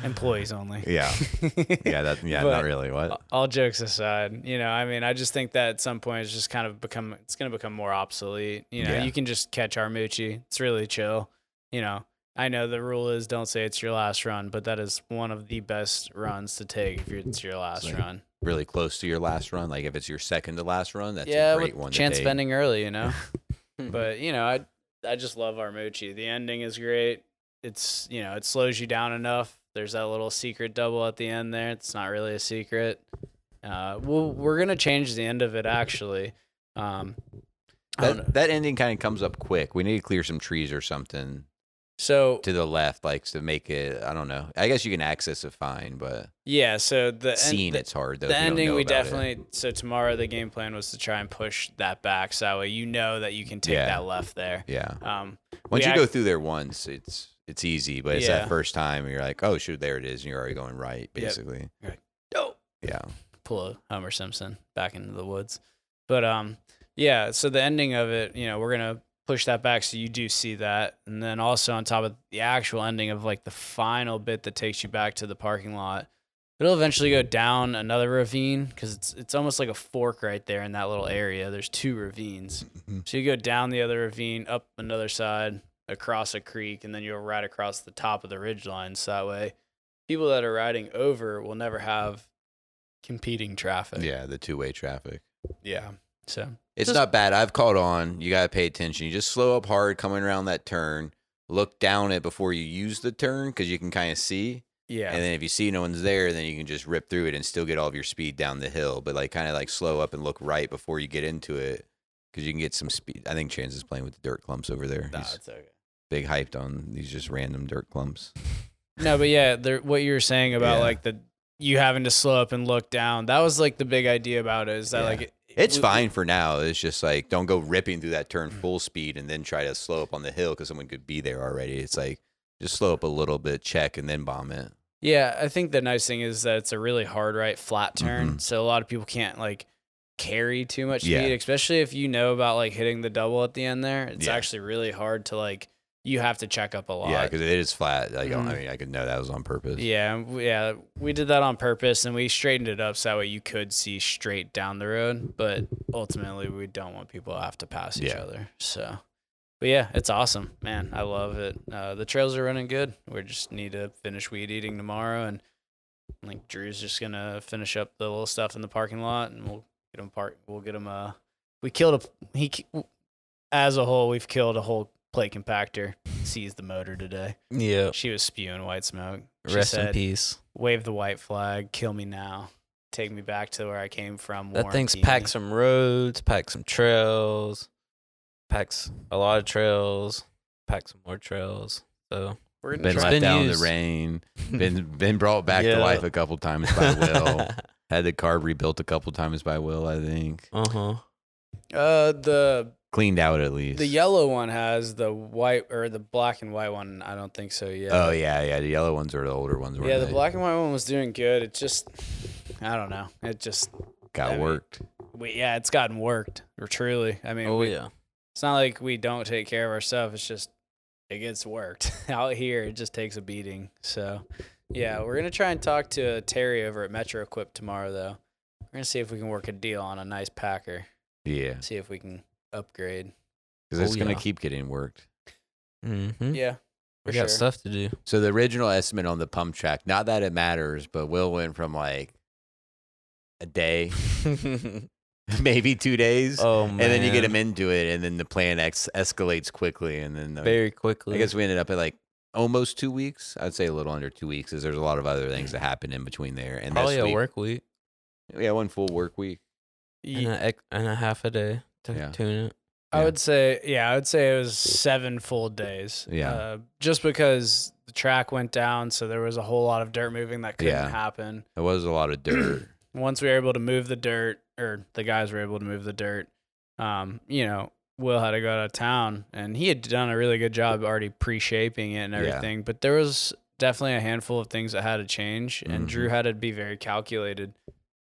employees only.
[LAUGHS]
[LAUGHS]
yeah. Yeah. That, yeah.
But- uh,
not really. What?
all jokes aside, you know, I mean, I just think that at some point it's just kind of become it's going to become more obsolete. You know,
Yeah.
you can just catch Armucci. It's really chill. You know, I know the rule is don't say it's your last run, but that is one of the best runs to take if you're- it's your last
like
run.
Really close to your last run. Like if it's your second to last run, that's
yeah,
a great
with
one. to
chance
take.
bending early, you
[LAUGHS]
know. but you know, I I just love Armucci. The ending is great. It's you know, it slows you down enough. There's that little secret double at the end there. It's not really a secret. Uh, we'll, we're gonna change the end of it actually. Um, I don't know.
That, that ending kind of comes up quick. We need to clear some trees or something.
so
to the left, like to make it. I don't know. I guess you can access it fine, but
yeah, so the en-
seeing
the-
it's hard though.
the
if you don't
ending
know
we
about it.
definitely so tomorrow the game plan was to try and push that back so that way you know that you can take
Yeah.
that left there.
Yeah.
Um,
Once
we
you go
act-
through there once, it's it's easy, but it's
Yeah.
that first time where you're like, oh shoot, there it is, and you're already going right, basically.
dope.
Yeah.
pull a Homer Simpson back into the woods. But um, yeah. So the ending of it, you know, we're gonna push that back so you do see that, and then also on top of the actual ending of like the final bit that takes you back to the parking lot, it'll eventually go down another ravine because it's it's almost like a fork right there in that little area. There's two ravines, so you go down the other ravine, up another side, across a creek, and then you're right across the top of the ridge line. So that way, people that are riding over will never have competing traffic.
Yeah, the two way traffic.
Yeah. So
It's
Just-
not bad. I've caught on. You gotta pay attention. You just slow up hard coming around that turn. Look down it before you use the turn because you can kind of see.
yeah.
And then if you see no one's there, then you can just rip through it and still get all of your speed down the hill. But like kind of like slow up and look right before you get into it because you can get some speed. I think Chance is playing with the dirt clumps over there.
Nah,
He's
it's okay.
big hyped on these just random dirt clumps.
No, but yeah, there, what you were saying about
Yeah.
like the you having to slow up and look down. That was like the big idea about it. Is that
Yeah.
like it-
It's
we- Mm-hmm.
fine for now. It's just like don't go ripping through that turn full speed and then try to slow up on the hill because someone could be there already. It's like just slow up a little bit, check, and then bomb it.
Yeah, I think the nice thing is that it's a really hard right flat turn,
Mhm.
so a lot of people can't like carry too much
Yeah.
speed, especially if you know about like hitting the double at the end there. It's
Yeah.
actually really hard to like you have to check up a lot.
Yeah, because it is flat. Like I
Mhm.
mean, I could know that was on purpose.
Yeah, and w- yeah, we did that on purpose, and we straightened it up so that way you could see straight down the road. But ultimately, we don't want people to have to pass each
Yeah.
other. So, but yeah, it's awesome, man. I love it. Uh, the trails are running good. We just need to finish weed eating tomorrow, and like Drew's just gonna finish up the little stuff in the parking lot, and we'll get him park. We'll get him. Uh, we killed a he. ki- As a whole, we've killed a whole plate compactor. Seized the motor today.
Yeah.
She was spewing white smoke. She
Rest in
said,
peace.
wave the white flag, kill me now, take me back to where I came from.
That thing's
warranty
packed
me."
some roads, packed some trails, packs a lot of trails, packed some more trails. So
We're gonna
Been
try-
left
Been
down in
used.
[LAUGHS]
the rain. [LAUGHS] Been been brought back
Yeah.
to life a couple times by
[LAUGHS]
Will.
[LAUGHS]
Had the car rebuilt a couple times by Will. I think
uh huh.
Uh, the
cleaned out at least.
the yellow one has the white or the black and white one. I don't think so yet.
Oh yeah, yeah. The yellow ones are the older ones.
yeah. The
they?
black and white one was doing good. It just, I don't know. It just, I
got
mean-
worked.
we, yeah, it's gotten worked. Or truly, I mean,
Oh
we-
yeah.
it's not like we don't take care of our stuff. It's just it gets worked [LAUGHS] out here. It just takes a beating. So, yeah, we're gonna try and talk to Terry over at Metro Equip tomorrow, though. We're gonna see if we can work a deal on a nice packer.
Yeah,
See if we can upgrade.
because it's
Oh,
gonna
yeah.
keep getting worked.
Mm-hmm.
Yeah,
we
for
got
sure.
stuff
[LAUGHS]
to do.
So the original estimate on the pump track, not that it matters, but Will went from like a day, [LAUGHS] maybe two days,
oh man.
and then you get him into it, and then the plan ex- escalates quickly, and then the,
very quickly.
I guess we ended up at like almost two weeks. I'd say a little under two weeks, because there's a lot of other things that happen in between there. And
probably
this
a
week,
work week
yeah, one full work week.
and
Ye-
a, ex- and a half a day to
Yeah.
tune it.
I
yeah.
would say, yeah, I would say it was seven full days.
Yeah.
uh, just because the track went down, so there was a whole lot of dirt moving that couldn't
Yeah.
happen.
It was a lot
[CLEARS THROAT]
of dirt.
once we were able to move the dirt, or the guys were able to move the dirt, um, you know, Will had to go out of town, and he had done a really good job already pre-shaping it and
Yeah.
everything. But there was definitely a handful of things that had to change, and
Mhm.
Drew had to be very calculated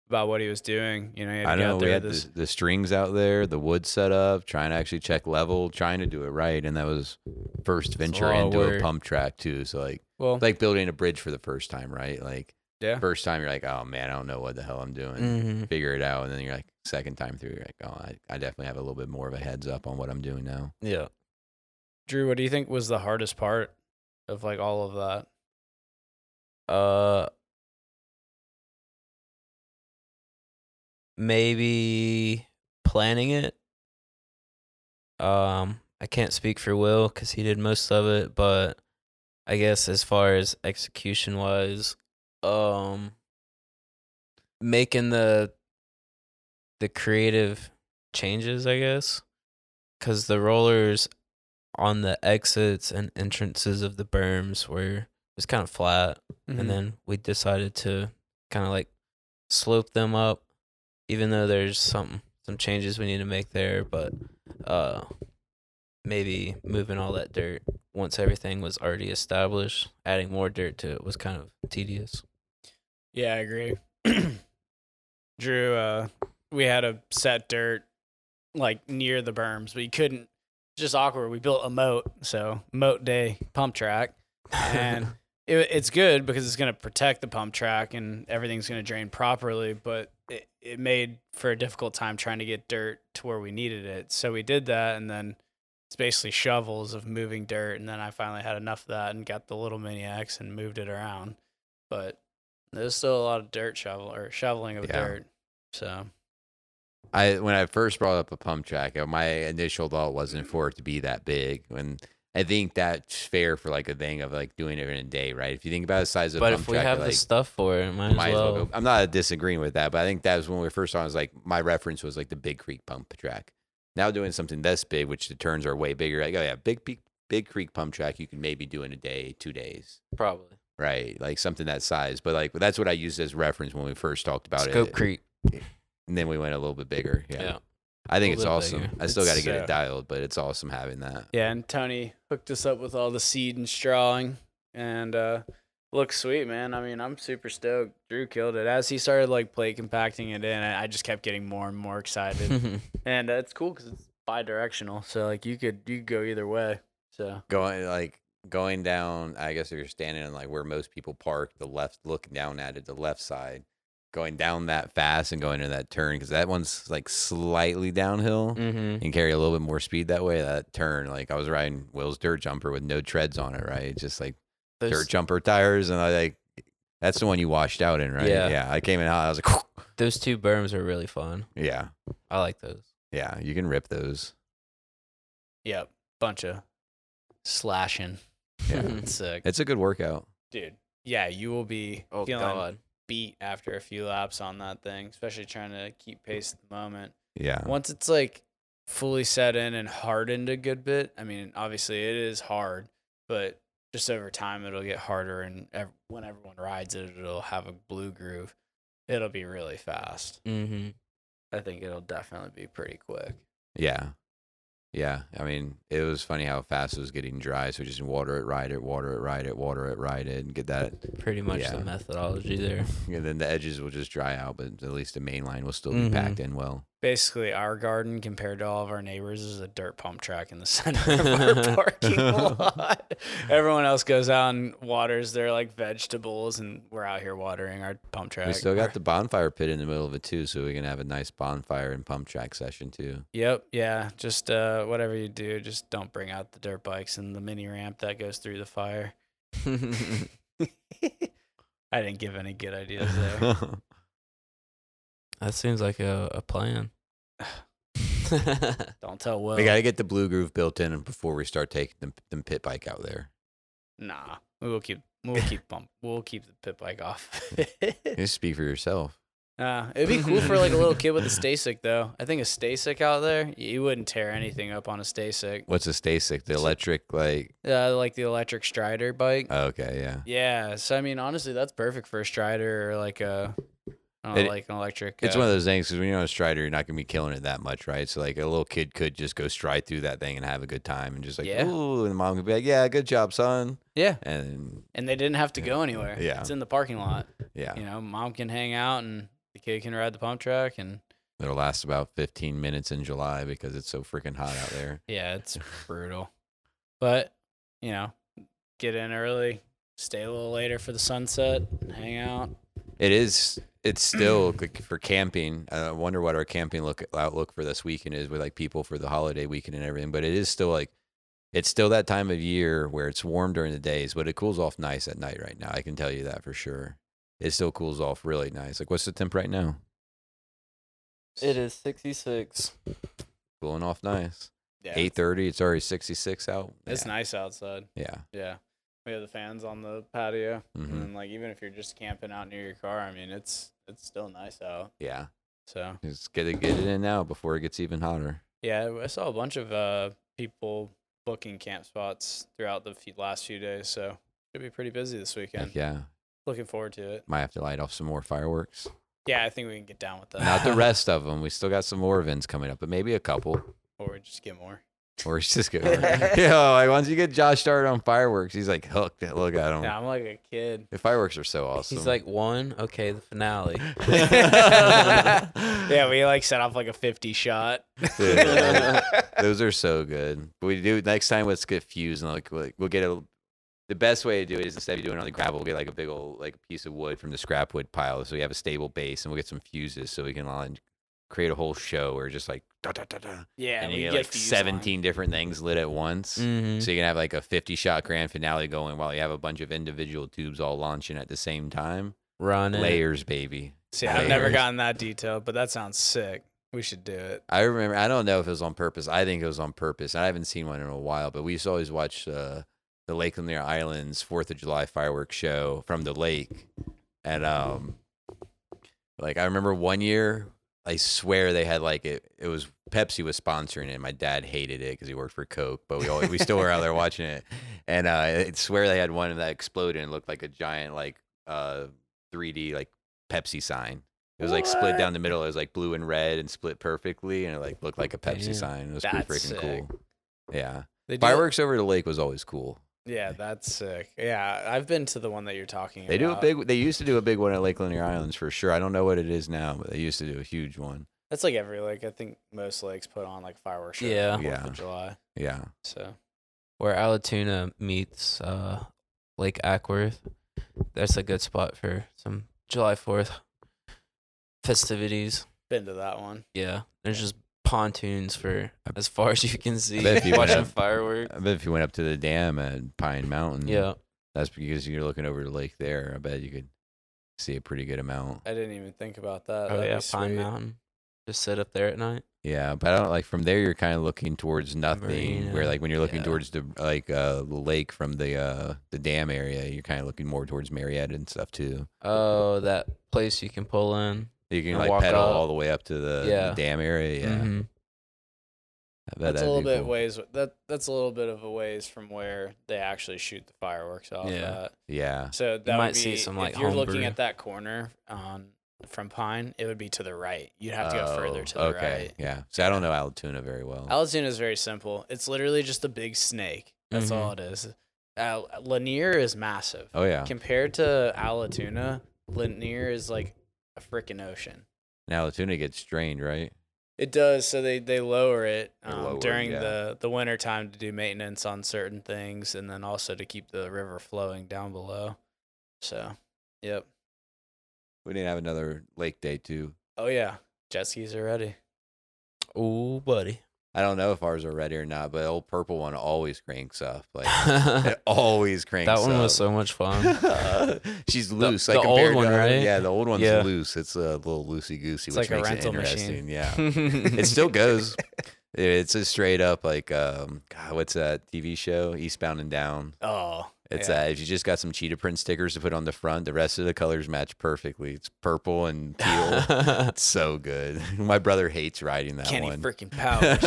about what he was doing. You know, he had to
I
get
know
out
we
there
had
with this.
the, the strings out there, the wood set up, trying to actually check level, trying to do it right, and that was first venture
lot of
into a
work.
pump track too. So like
well,
it's like building a bridge for the first time, right? Like
yeah,
first time you're like, oh man, I don't know what the hell I'm doing.
Mm-hmm.
Figure it out, and then you're like second time through, you're like, oh, I, I definitely have a little bit more of a heads up on what I'm doing now.
Yeah.
Drew, what do you think was the hardest part of like all of that?
Uh, maybe planning it. Um, I can't speak for Will because he did most of it, but I guess as far as execution wise, um, making the the creative changes, I guess, because the rollers on the exits and entrances of the berms were it was kind of flat
Mm-hmm.
and then we decided to kind of like slope them up even though there's some some changes we need to make there but uh maybe moving all that dirt once everything was already established adding more dirt to it was kind of tedious
Yeah, I agree. [CLEARS THROAT] Drew, uh, we had a set dirt like near the berms, but you couldn't. Just awkward. We built a moat, so moat day pump track, and
[LAUGHS]
it, it's good because it's going to protect the pump track and everything's going to drain properly. But it, it made for a difficult time trying to get dirt to where we needed it. So we did that, and then it's basically shovels of moving dirt. And then I finally had enough of that and got the little mini axe and moved it around. But there's still a lot of dirt shovel or shoveling of
Yeah.
dirt. So
I when I first brought up a pump track, uh, my initial thought wasn't for it to be that big. When I think that's fair for like a thing of like doing it in a day, right? If you think about the size of a
but
pump
if we
track,
have
like,
the stuff for it might,
might
as well,
go. I'm not disagreeing with that, but I think that was when we first saw. it, Was like my reference was like the Big Creek pump track. Now doing something this big, which the turns are way bigger. Like oh yeah, Big Peak, Big Creek pump track, you can maybe do in a day, two days,
probably
right? Like something that size. But like that's what I used as reference when we first talked about it.
scope creek
and then we went a little bit bigger.
yeah,
yeah. I think
A
it's
little
awesome.
bigger.
I still got
It's,
to get
uh,
it dialed, but it's awesome having that.
yeah, and Tony hooked us up with all the seed and strawing, and uh, Looks sweet, man. I mean, I'm super stoked. Drew killed it. As he started like plate compacting it in, I I just kept getting more and more
[LAUGHS]
excited. and uh, it's cool because it's bi-directional, so like you could you could go either way. So
going like going down i guess if you're standing in like where most people park the left looking down at it the left side going down that fast and going into that turn because that one's like slightly downhill
mm-hmm.
and carry a little bit more speed that way that turn like i was riding will's dirt jumper with no treads on it right just like
Those,
dirt jumper tires and i like that's the one you washed out in right
Yeah.
i came in hot i was like [LAUGHS]
those two berms are really fun.
yeah
I like those.
yeah you can rip those
yeah, bunch of slashing.
[LAUGHS]
yeah
It's sick,
it's a good workout
dude. Yeah, you will be
oh
feeling
God.
beat after a few laps on that thing, especially trying to keep pace at the moment.
yeah
Once it's like fully set in and hardened a good bit, I mean, obviously it is hard, but just over time it'll get harder. And ev- when everyone rides it, it'll have a blue groove. It'll be really fast.
Mm-hmm.
I think it'll definitely be pretty quick.
Yeah. Yeah. I mean, it was funny how fast it was getting dry. So just water it, ride it, water it, ride it, water it, ride it, and get that.
Pretty much
Yeah.
the methodology there.
[LAUGHS] And then the edges will just dry out, but at least the main line will still be
Mhm.
packed in well.
Basically, our garden compared to all of our neighbors is a dirt pump track in the [LAUGHS] center of our [LAUGHS] parking lot. Everyone else goes out and waters their like vegetables, and we're out here watering our pump track.
We still
Our-
got the bonfire pit in the middle of it too, so we can have a nice bonfire and pump track session too.
Yep. Yeah. Just uh, whatever you do, just don't bring out the dirt bikes and the mini ramp that goes through the fire. [LAUGHS]
[LAUGHS]
I didn't give any good ideas
[LAUGHS]
there.
that seems like a, a plan. [LAUGHS]
don't tell Will.
we got to get the blue groove built in before we start taking the, the pit bike out there.
nah. We will keep. We'll keep bump. We'll keep the pit bike
[LAUGHS]
off. [LAUGHS] uh,
Just speak for yourself.
it'd be cool for like a little kid with a stasic though. I think a stasic out there, y- you wouldn't tear anything up on a stasic.
What's the stasic? The electric, like,
Uh, like the electric Strider bike.
Uh. okay, yeah.
yeah. So I mean, honestly, that's perfect for a Strider or like a, I don't know,
It-
like an electric.
It's
uh,
one of those things because when you're on a strider, you're not gonna be killing it that much, right? So like a little kid could just go stride through that thing and have a good time, and just like
Yeah.
ooh, and mom could be like, yeah, good job, son,
yeah.
and
and they didn't have to go anywhere.
Yeah.
it's in the parking lot.
yeah,
You know, mom can hang out and the kid can ride the pump track, and
it'll last about 15 minutes in July because it's so freaking hot out there.
yeah,
[LAUGHS]
it's brutal. But you know, get in early, stay a little later for the sunset, hang out.
It is. It's still [CLEARS THROAT] like for camping. I wonder what our camping look outlook for this weekend is with like people for the holiday weekend and everything. But it is still like it's still that time of year where it's warm during the days, but it cools off nice at night. Right now, I can tell you that for sure. It still cools off really nice. Like what's the temp right now?
[SIGHS] it is 66.
Cooling off nice.
Yeah,
Eight thirty. It's already sixty six out.
it's
yeah.
nice outside.
Yeah.
Yeah, we have the fans on the patio,
hmm
and then, like even if you're just camping out near your car, I mean, it's it's still nice out.
Yeah.
So
Just get it, get it in now before it gets even hotter.
Yeah, I saw a bunch of uh, people booking camp spots throughout the few, last few days, so should be pretty busy this weekend.
Heck yeah.
Looking forward to it.
Might have to light off some
[SIGHS]
more fireworks.
Yeah, I think we can get down with that, [LAUGHS]
Not the rest of them. We still got some more events coming up, but maybe a couple.
or we just get more.
[LAUGHS] Or it's just good. [LAUGHS] Yo, like once you get Josh started on fireworks, he's like hooked. Look at him.
Yeah, I'm like a kid.
The fireworks are so awesome. [LAUGHS]
He's like, one? Okay, the finale.
[LAUGHS]
[LAUGHS] Mm-hmm.
yeah,
yeah,
we like set off like a 50
[LAUGHS]
shot.
those are so good. We do next time. Let's get fused and like we'll, we'll get a. The best way to do it is instead of doing it on the gravel, we'll get like a big old like piece of wood from the scrap wood pile, so we have a stable base, and we'll get some fuses so we can all create a whole show or just like da da da da,
[LAUGHS] yeah,
and
we
you get,
get
like
views on.
17 different things lit at once.
Mm-hmm.
Mhm.
So you can have like a 50 shot grand finale going while you have a bunch of individual tubes all launching at the same time.
Run it.
Layers, baby.
See, I've never
[LAUGHS] Layers.
gotten that detailed, but that sounds sick. We should do it.
I remember. I don't know if it was on purpose. I think it was on purpose. I haven't seen one in a while, but we used to always watch uh, the Lake Lanier Islands Fourth of July fireworks show from the lake, and um, like I remember one year, I swear they had like it. It was Pepsi was sponsoring it. My dad hated it because he worked for Coke, but we always, we still were out there watching it, and uh, I swear they had one that exploded and looked like a giant like uh 3D like Pepsi sign. It was like split
What?
down the middle. It was like blue and red and split perfectly, and it like looked like a Pepsi
Damn.
sign. It was pretty
That's
freaking
sick.
cool. Yeah,
They do-
fireworks over the lake was always cool.
Yeah, that's sick. Yeah, I've been to the one that you're talking
They do a
about.
big. They used to do a big one at Lake Lanier Islands for sure. I don't know what it is now, but they used to do a huge one.
That's like every lake. I think most lakes put on like fireworks. show on
Yeah.
Fourth
Yeah.
Of July.
Yeah,
So
where Alatoona meets uh, Lake Ackworth. That's a good spot for some July 4th festivities.
been to that one.
Yeah. There's just pontoons for as far as you can see,
bet if you went
watching
up- uh,
fireworks.
I bet if you went up to the dam at Pine Mountain,
Yeah.
that's because you're looking over the lake there. I bet you could see a pretty good amount.
I didn't even think about that.
Oh,
That'd
yeah.
be
Pine
sweet.
Mountain. Just sit up there at night.
Yeah, but I don't like from there. You're kind of looking towards nothing. Where
Marina,
like when you're looking
yeah.
towards the like uh the lake from the uh the dam area, you're kind of looking more towards Marietta and stuff too.
Oh, that place you can pull in.
You can
And
like
walk
pedal
up.
all the way up to the, the
Yeah.
dam area. Yeah,
Mhm.
I bet
Mm-hmm. That's a
that'd
little
be
bit
cool.
ways. That that's a little bit of a ways from where they actually shoot the fireworks off.
Yeah.
At.
Yeah,
So that
might
would be,
see some, like,
if you're looking
homebrew.
at that corner on from Pine, it would be to the right. You'd have to go further
Oh,
to the
okay.
right.
Yeah. So I don't know Alatoona very well.
Alatoona is very simple. It's literally just a big snake. That's
Mhm.
all it is. Uh, Lanier is massive
oh yeah.
compared to Alatoona. Lanier is like a freaking ocean.
And Alatoona gets drained, right?
It does. So they they lower it
They
um,
lower,
during
yeah.
the the winter time to do maintenance on certain things, and then also to keep the river flowing down below. So, yep.
We didn't have another lake day too.
Oh yeah, jet skis are ready.
Oh, [LAUGHS] buddy.
I don't know if ours are ready or not, but old purple one always cranks up. Like it always cranks.
that one was
up.
so much fun.
[LAUGHS] She's
The-
loose.
the
like
old
compared
one,
to her-
right?
Yeah, the old one's
Yeah.
loose. It's a little loosey goosey,
It's like
which
a
makes
rental
it interesting.
machine. [LAUGHS]
Yeah,
[LAUGHS]
it still goes. It's a straight up like um, God, what's that TV show? Eastbound and Down.
Oh,
It's
Yeah.
uh, if you just got some cheetah print stickers to put on the front, the rest of the colors match perfectly. It's purple and
[LAUGHS]
teal. it's so good. [LAUGHS] My brother hates riding that
Kenny
one.
freaking
[LAUGHS]
powers.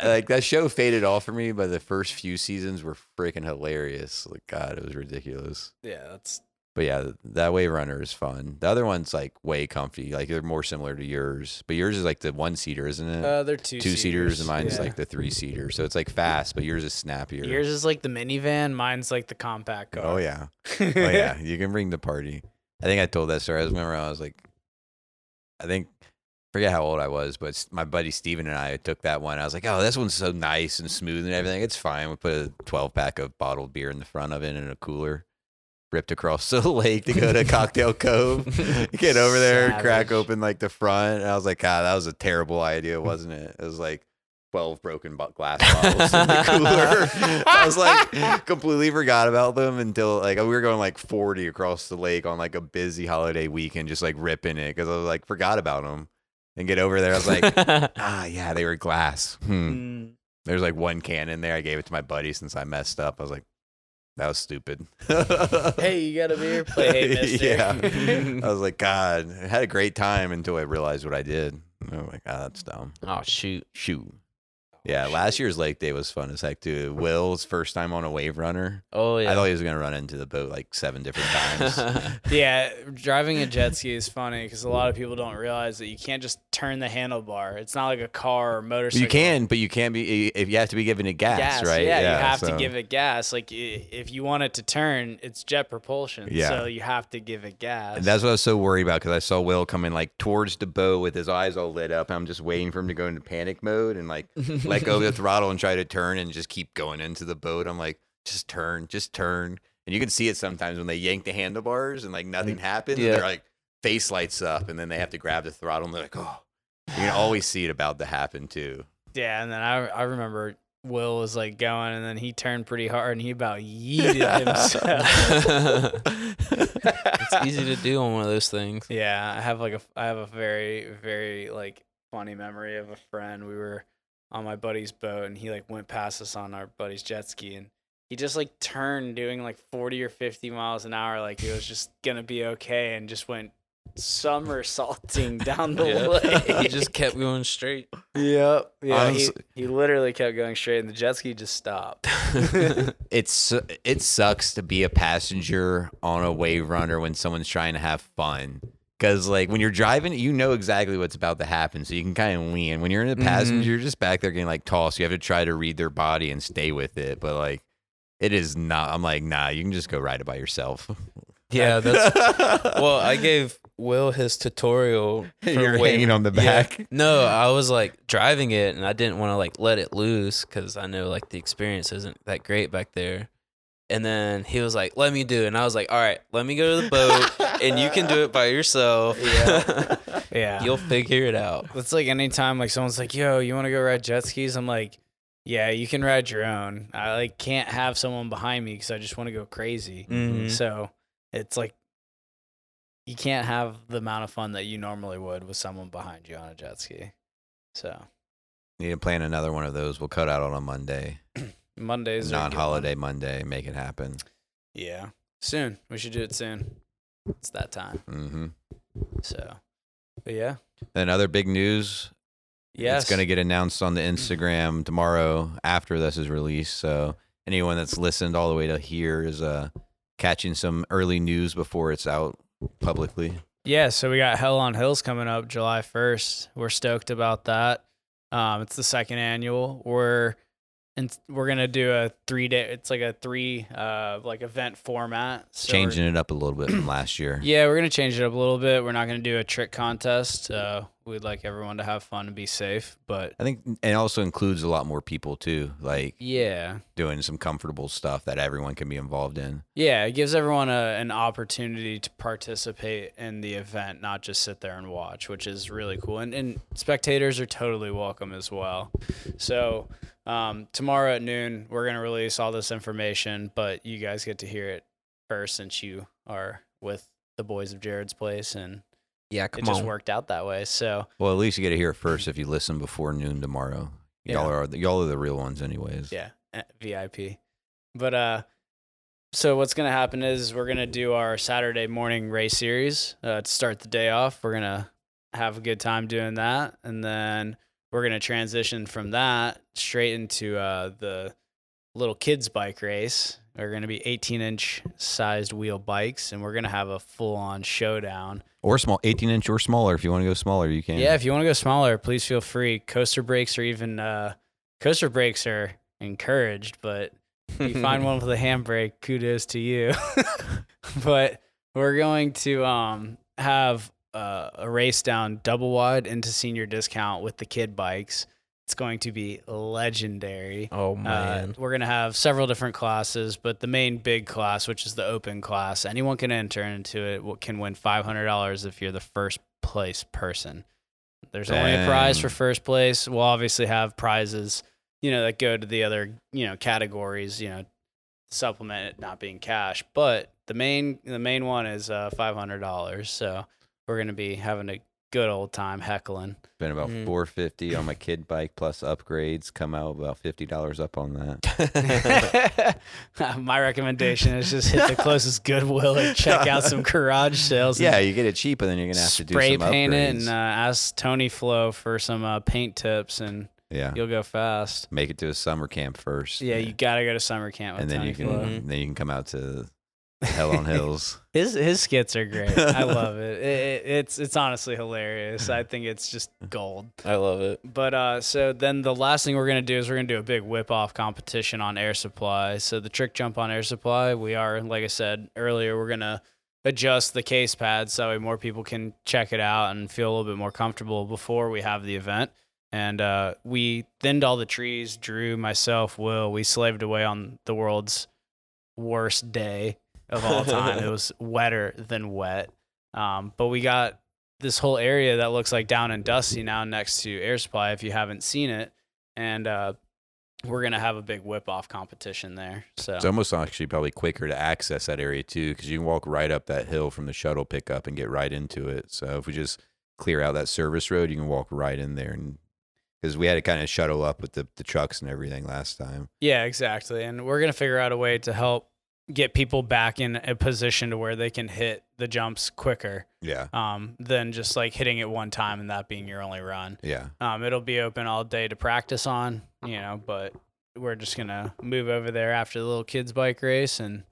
[LAUGHS]
like that show faded off for me, but the first few seasons were freaking hilarious. Like God, it was ridiculous.
yeah, that's
But yeah, that Wave Runner is fun. The other one's like way comfy. Like they're more similar to yours, but yours is like the one seater, isn't it?
uh, they're two
Two seaters, and mine's
yeah.
like the three seater. So it's like fast, but yours is snappier.
yours is like the minivan. Mine's like the compact car.
oh yeah. oh
[LAUGHS]
yeah, you can bring the party. I think I told that story. I was remember I was like, I think forget how old I was, but s- my buddy Steven and I took that one. I was like, oh, this one's so nice and smooth and everything. It's fine. We put a twelve pack of bottled beer in the front of it and a cooler. Ripped across [LAUGHS] the lake to go to Cocktail Cove. Get over there, crack
Savage.
open like the front. And I was like, God, that was a terrible idea, wasn't it? It was like 12 broken bo- glass bottles
[LAUGHS]
in the cooler. [LAUGHS] I was like, completely forgot about them until like we were going like 40 across the lake on like a busy holiday weekend, just like ripping it because I was like, forgot about them and get over there. I was
[LAUGHS]
like, ah, yeah, they were glass. Hmm.
Mm,
There's like one can in there. I gave it to my buddy since I messed up. I was like, that was stupid. hey,
[LAUGHS] hey, you got a
[LAUGHS]
beer? Play hey, mister. [LAUGHS]
yeah. I was like, God, I had a great time until I realized what I did. Oh my God, that's dumb.
[LAUGHS] oh, shoot.
Shoot.
Oh,
Yeah, last year's lake day was fun as heck too. Will's first time on a wave runner.
Oh, yeah.
I thought he was gonna run into the boat like seven
[LAUGHS]
different times.
Yeah, driving a jet ski is funny because a lot of people don't realize that you can't just turn the handlebar. It's not like a car or motorcycle.
you can, but you can't be if you have to be giving it gas, right?
Yeah, you have to give it gas. Like i- if you want it to turn, it's jet propulsion.
Yeah.
So you have to give it gas.
That's what I was so worried about because I saw Will coming like towards the boat with his eyes all lit up. And I'm just waiting for him to go into panic mode and [LAUGHS] like let go of the throttle and try to turn and just keep going into the boat. I'm like, just turn, just turn. And you can see it sometimes when they yank the handlebars and like nothing happens. and
yeah.
They're like face lights up and then they have to grab the throttle and they're like, oh, you can always see it about to happen too.
[LAUGHS] yeah, and then I I remember Will was like going and then he turned pretty hard and he about
[LAUGHS]
yeeted himself.
it's
it's easy to do on one of
[LAUGHS]
those [LAUGHS] things.
Yeah, I have like a I have a very very like funny memory of a friend. We were on my buddy's boat and he like went past us on our buddy's jet ski and he just like turned doing like 40 or 50 miles an hour like it was just going to be okay and just went somersaulting
[LAUGHS]
down the
[LAUGHS]
Yeah.
lake. [LAUGHS]
You just kept going straight.
yep. Yeah, he,
Honestly-
he literally kept going straight and the jet ski just stopped.
it's it sucks to be a passenger on a wave runner when someone's trying to have fun Because like when you're driving, you know exactly what's about to happen, so you can kind of lean. When you're in the
Mhm.
passenger, you're just back there getting like tossed. You have to try to read their body and stay with it. But like, it is not. I'm like, nah. You can just go ride it by yourself. [LAUGHS]
Yeah, that's well. I gave Will his
[LAUGHS]
tutorial. for
You're
weight-
hanging on the
Yeah.
back.
No, I was like driving it, and I didn't want to like let it loose because I know like the experience isn't that great back there. And then he was like, "Let me do," it. and I was like, "All right, let me go to the boat, and
[LAUGHS]
you can do it by yourself. [LAUGHS] Yeah,
Yeah.
you'll figure it out."
It's like anytime like someone's like, "Yo, you want to go ride jet skis?" I'm like, "Yeah, you can ride your own. I like can't have someone behind me because I just want to go crazy."
Mhm.
So it's like you can't have the amount of fun that you normally would with someone behind you on a jet ski. So
Need to plan another one of those. We'll cut out on a Monday,
Mondays are a good one.
non-holiday Monday. Make it happen.
Yeah, soon we should do it soon. It's that time.
Mm-hmm.
So, but yeah,
Then other big news.
yes,
It's going to get announced on the Instagram tomorrow after this is released. So anyone that's listened all the way to here is uh, catching some early news before it's out publicly.
Yeah, so we got Hell on Hills coming up July 1st. We're stoked about that. Um, it's the second annual. We're and we're gonna do a three day. It's like a three uh like event format. So we're-
Changing it up a little
[CLEARS THROAT]
bit from last year.
Yeah, we're gonna change it up a little bit. We're not gonna do a trick contest. Uh, we'd like everyone to have fun and be safe. But
I think it also includes a lot more people too, like
yeah,
doing some comfortable stuff that everyone can be involved in.
yeah, it gives everyone a, an opportunity to participate in the event, not just sit there and watch, which is really cool. And, and spectators are totally welcome as well. So um, tomorrow at noon, we're gonna release all this information, but you guys get to hear it first since you are with the boys of Jared's place, and
Yeah,
it just
[LAUGHS]
worked out that way. So
Well, at least you get to hear it first if you listen before noon tomorrow. Y'all are the, y'all are the real ones, anyways.
Yeah, eh, VIP. But uh, so what's gonna happen is we're gonna do our Saturday morning race series uh, to start the day off. We're gonna have a good time doing that, and then we're gonna transition from that straight into uh, the little kids bike race. They're gonna be 18 inch sized wheel bikes, and we're gonna have a full on showdown.
Or small, eighteen inch or smaller. If you want to go smaller, you can.
Yeah, if you want to go smaller, please feel free. Coaster brakes are even uh, coaster brakes are encouraged, but if you
[LAUGHS]
find one with a handbrake, kudos to you. [LAUGHS] but we're going to um, have uh, a race down double wide into senior discount with the kid bikes. It's going to be legendary.
Oh
Uh,
man,
[LAUGHS] we're going to have several different classes, but the main big class, which is the open class, anyone can enter into it, w- can win $500 if you're the first place person. There's only a prize for
Damn.
first place. We'll obviously have prizes, you know, that go to the other, you know, categories, you know, supplement it not being cash, but the main the main one is uh, $500. So, we're going to be having a good old time heckling.
Been about
Mm.
four fifty on my kid bike plus upgrades. Come out about fifty dollars up on that.
[LAUGHS] My recommendation is just
[LAUGHS]
hit the closest Goodwill and check out some garage sales. and
yeah, you get it cheap, and then you're gonna have to do
spray
some
paint
upgrades.
it and uh, ask Tony Flo for some uh, paint tips, and
yeah,
you'll go fast.
make it to a summer camp first.
Yeah, you gotta go to summer camp with
and then
Tony
you can
Flo.
then you can come
[LAUGHS]
out to Hell on Hills.
His his skits are great.
[LAUGHS]
I love it. It, it. It's it's honestly hilarious. I think it's just gold.
I love it.
But uh, so then the last thing we're gonna do is we're gonna do a big whip off competition on air supply. So the trick jump on air supply, we are like I said earlier, we're gonna adjust the case pads so more people can check it out and feel a little bit more comfortable before we have the event. And uh, we thinned all the trees. Drew, myself, Will, we slaved away on the world's worst day of all time. it was wetter than wet. Um, but we got this whole area that looks like down and dusty now next to Air Supply if you haven't seen it. And uh, we're gonna have a big whip off competition there. So,
It's almost actually probably quicker to access that area too, because you can walk right up that hill from the shuttle pickup and get right into it. So if we just clear out that service road, you can walk right in there, and because we had to kind of shuttle up with the, the trucks and everything last time.
yeah, exactly. And we're gonna figure out a way to help get people back in a position to where they can hit the jumps quicker
Yeah,
um, than just like hitting it one time and that being your only run.
yeah.
Um, it'll be open all day to practice on, you know, but we're just gonna move over there after the little kids bike race and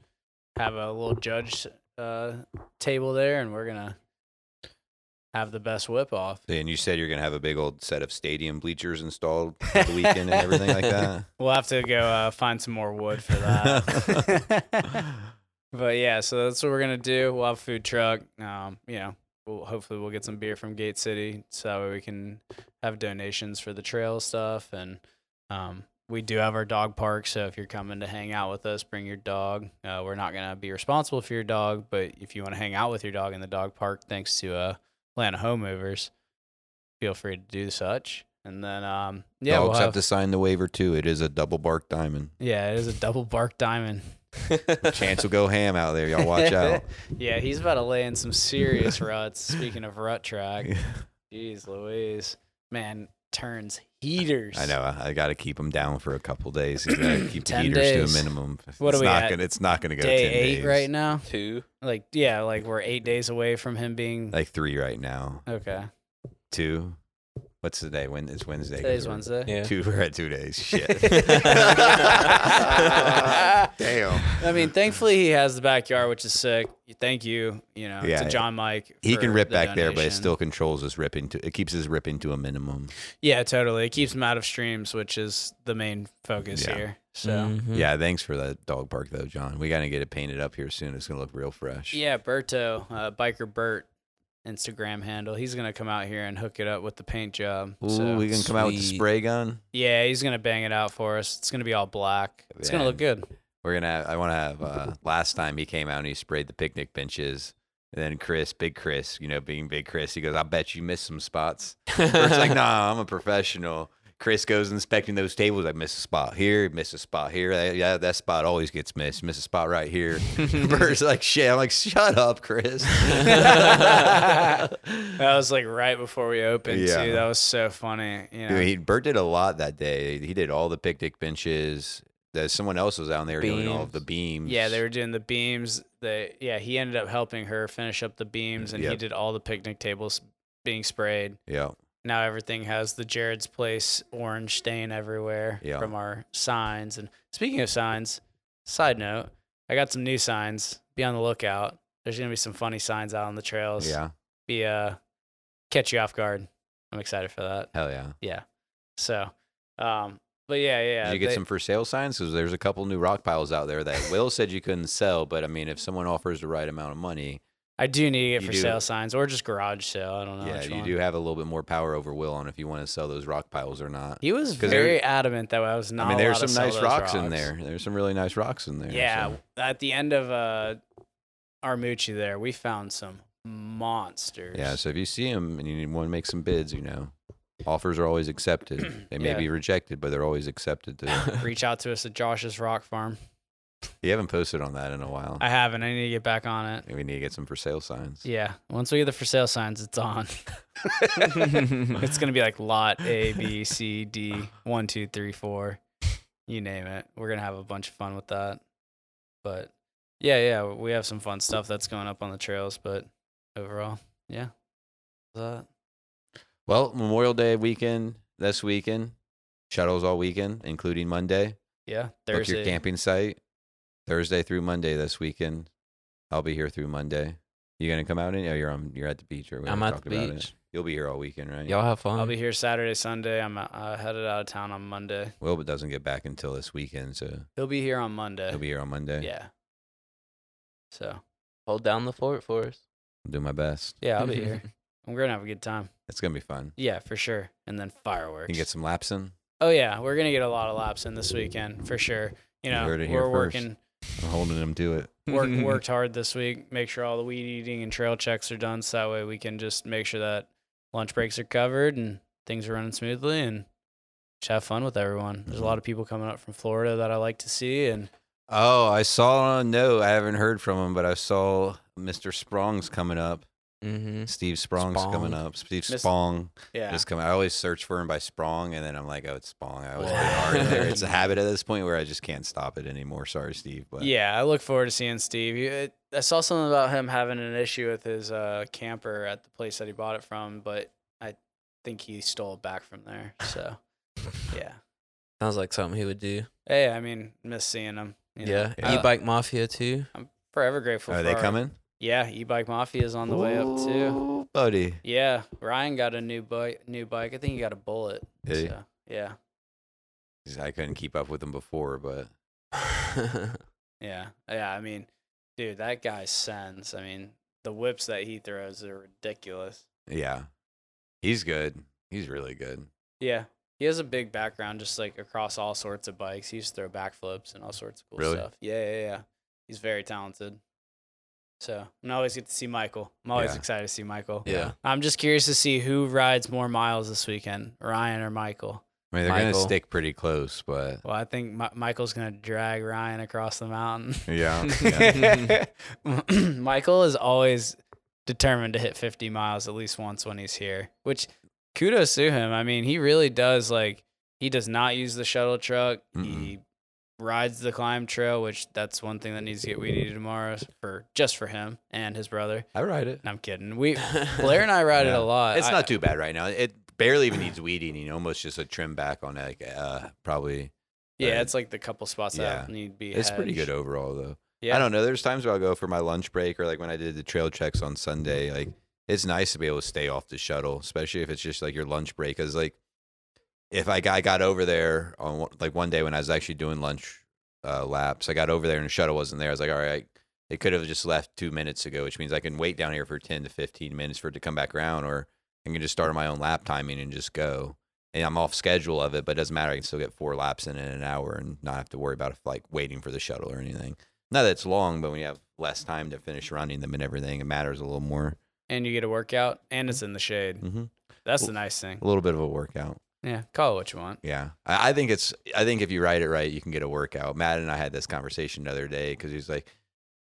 have a little judge uh, table there, and we're gonna have the best whip off.
And you said you're gonna have a big old set of stadium bleachers installed for the weekend and everything like that.
We'll have to go uh, find some more wood for
[LAUGHS]
that. [LAUGHS] but yeah, so that's what we're gonna do. We'll have a food truck. Um, you know, we'll, hopefully we'll get some beer from Gate City, so that way we can have donations for the trail stuff. And um, we do have our dog park, so if you're coming to hang out with us, bring your dog. Uh, we're not gonna be responsible for your dog, but if you want to hang out with your dog in the dog park, thanks to uh, Atlanta Home Movers, feel free to do such. And then, um, [LAUGHS] yeah,
Dogs
we'll
have
have-
to sign the waiver too. It is a double bark diamond.
yeah, it is a double bark
[LAUGHS]
diamond.
Chance will go ham out there. Y'all
[LAUGHS]
watch out.
Yeah, he's about to lay in some
[LAUGHS]
serious ruts. Speaking of rut track, jeez Louise, man turns heaters.
I know. I, I got to keep them down for a couple days. You gotta
[CLEARS THROAT]
keep the
10
heaters
days.
to a minimum.
What
it's
are we
not
at?
Gonna, it's not going to go
Day
10
eight
days.
right now.
Two.
Like yeah, like we're eight days away from him being
Like three right now.
okay.
Two. What's the day? When it's Wednesday. 'cause
Today's
we're-
Wednesday.
Yeah.
Two. [LAUGHS] We're at two days.
[LAUGHS]
Shit. [LAUGHS] Damn.
I mean, thankfully he has the backyard, which is sick. Thank you. You know,
Yeah,
to John Mike.
He can
for
rip
the
back there, but it
donation.
still controls his ripping. To, it keeps his ripping to a minimum.
yeah, totally. It keeps him out of streams, which is the main focus
Yeah.
here. So.
Mhm. [LAUGHS]
Yeah, thanks for that dog park though, John. We gotta get it painted up here soon. It's gonna look real fresh.
Yeah, Berto, uh, biker Bert, Instagram handle. He's gonna come out here and hook it up with the paint job.
Ooh,
so,
we can come out with the
Sweet.
spray gun.
yeah, he's gonna bang it out for us. It's gonna be all black. It's gonna look good.
We're gonna. Have, I want to have. Uh, last time he came out and he sprayed the picnic benches. And then Chris, Big Chris, you know, being Big Chris, he goes, "I bet you missed some spots." [LAUGHS] Bert's
[LAUGHS]
like, "Nah, I'm a professional." Chris goes inspecting those tables. I miss a spot here, miss a spot here. That- Yeah, that spot always gets missed. Miss a spot
[LAUGHS]
right here. Bert's like, "Shit." I'm like, "Shut up, Chris." [LAUGHS]
[LAUGHS] That was like right before we opened
Yeah.
too. That was so funny. You know,
Dude, he, Bert did a lot that day. He did all the picnic benches. That someone else was down there doing all of the beams.
yeah, they were doing the beams. The yeah, he ended up helping her finish up the beams, and he
Yep.
did all the picnic tables being sprayed.
Yeah,
now everything has the Jared's Place orange stain everywhere
Yeah.
from our signs. And speaking of signs, side note, I got some new signs. Be on the lookout. There's gonna be some funny signs out on the trails.
yeah,
Be uh catch you off guard. I'm excited for that.
hell yeah.
Yeah. So um but yeah, yeah.
Did you get
they-
some for sale signs? Because there's a couple new rock piles out there that Will said you couldn't sell, but I mean, if someone offers the right amount of money,
I do need to get
you
for
do-
sale signs or just garage sale. I don't know.
yeah,
which
you
one.
do have a little bit more power over Will on if you want to sell those rock piles or not.
He was
'Cause there-
very adamant that I was not.
I mean, there's
allowed to
some
sell
nice
those
rocks, in
rocks.
there. There's some really nice rocks in there.
Yeah,
so.
at the end of uh, Armucci there, we found some monsters.
Yeah, so if you see them and you want to make some bids, you know, offers are
[CLEARS THROAT]
always accepted. They may
Yeah.
be rejected, but they're always accepted.
[LAUGHS]
To, [LAUGHS]
Reach out to us at Josh's Rock Farm.
you haven't posted on that in a while.
I haven't. I need to get back on it.
we need to get some for sale signs.
Yeah. Once we get the for sale signs, it's
[LAUGHS]
on. it's gonna be like lot A, B, C, D, one, two, three, four. You name it. We're gonna have a bunch of fun with that. But yeah, yeah, we have some fun stuff that's going up on the trails. But overall, yeah. That.
Well, Memorial Day weekend this weekend, shuttles all weekend, including Monday.
Yeah.
Book
Thursday.
your camping site Thursday through Monday this weekend. I'll be here through Monday. You gonna come out? Any? Oh, you're on. You're at the beach, or we
I'm
already
at the
talked about it.
beach.
You'll be here all weekend, right?
Y'all have fun.
I'll be here Saturday, Sunday. I'm uh, headed out of town on Monday.
Will but doesn't get back until this weekend, so
He'll be here on Monday.
Uh,
he'll be here on Monday.
Yeah. So
Hold down the fort for us.
I'll do my best.
yeah, I'll be
[LAUGHS]
here. I'm gonna have a good time.
It's gonna be fun.
Yeah, for sure. And then fireworks.
You can get some laps in.
oh yeah, we're gonna get a lot of laps in this weekend for sure. You
You
know,
heard it here
we're
first.
working
I'm holding them to it.
work,
[LAUGHS]
worked hard this week. Make sure all the weed eating and trail checks are done, so that way we can just make sure that lunch breaks are covered and things are running smoothly and just have fun with everyone.
Mm-hmm.
There's a lot of people coming up from Florida that I like to see, and
Oh, I saw. No, I haven't heard from him, but I saw Mr. Sprong's coming up.
[LAUGHS] Mm-hmm.
Steve Sprong's coming
Spong.
up. Steve
Mis-
Sprong
yeah,
is coming. I always search for him by Sprong, and then I'm like, oh, it's Sprong. I always put
Wow.
hard in
[LAUGHS]
there. It's a habit at this point where I just can't stop it anymore. Sorry, Steve, but
Yeah, I look forward to seeing Steve. You- it- I saw something about him having an issue with his uh, camper at the place that he bought it from, but I think he stole it back from there.
[LAUGHS]
So, yeah.
Sounds like something he would do.
Hey, I mean, miss seeing him. you know.
Yeah.
Yeah.
E bike mafia too. [LAUGHS]
Forever grateful.
are
for
they
our-
coming?
Yeah, e-bike mafia is on the way up too.
Ooh, buddy.
Yeah, Ryan got a new bike. New bike. I think he got a bullet.
Did he?
so, yeah,
'Cause I couldn't keep up with him before, but
yeah, yeah. I mean, dude, that guy sends. I mean, the whips that he throws are ridiculous.
yeah, he's good. He's really good.
Yeah, he has a big background, just like across all sorts of bikes. He used to throw backflips and all sorts of cool
Really?
stuff. Yeah, yeah, yeah. He's very talented. So and I always get to see Michael. I'm always
Yeah.
excited to see Michael.
yeah.
I'm just curious to see who rides more miles this weekend, Ryan or Michael.
I mean, they're
Michael.
gonna stick pretty close,
[LAUGHS]
but
Well, I think Mi- Michael's gonna drag Ryan across the mountain.
yeah, yeah.
Yeah.
[LAUGHS] Michael is always determined to hit 50 miles at least once when he's here, which kudos to him. I mean, he really does like he does not use the shuttle truck. He rides the climb trail, which that's one thing that needs to get weeded tomorrow for just for him and his brother.
I
[LAUGHS]
ride it.
No, I'm kidding.
[LAUGHS]
We
[LAUGHS]
Blair and I ride it
Yeah.
a lot.
It's
I-
not too bad right now. It barely even needs weed eating. Almost just a trim back on it, like uh, probably.
Yeah,
bad.
it's like the couple spots
Yeah.
that need to be.
It's pretty
hedged.
good overall though.
Yeah.
I don't know. There's times where I'll go for my lunch break or like when I did the trail checks on Sunday. Like it's nice to be able to stay off the shuttle, especially if it's just like your lunch break. Cause like if I got, I got over there on one- like one day when I was actually doing lunch uh, laps, I got over there and the shuttle wasn't there. I was like, all right, it could have just left two minutes ago, which means I can wait down here for 10 to 15 minutes for it to come back around or I can just start on my own lap timing and just go. And I'm off schedule of it, but it doesn't matter. I can still get four laps in in an hour and not have to worry about like waiting for the shuttle or anything not that it's long, but when you have less time to finish running them and everything, it matters a little more.
And you get a workout and it's in the shade.
Mm-hmm.
That's the nice thing.
A little bit of a workout.
Yeah. Call it what you want.
Yeah, I, I think it's. I think if you ride it right, you can get a workout. Matt and I had this conversation the other day because he was like,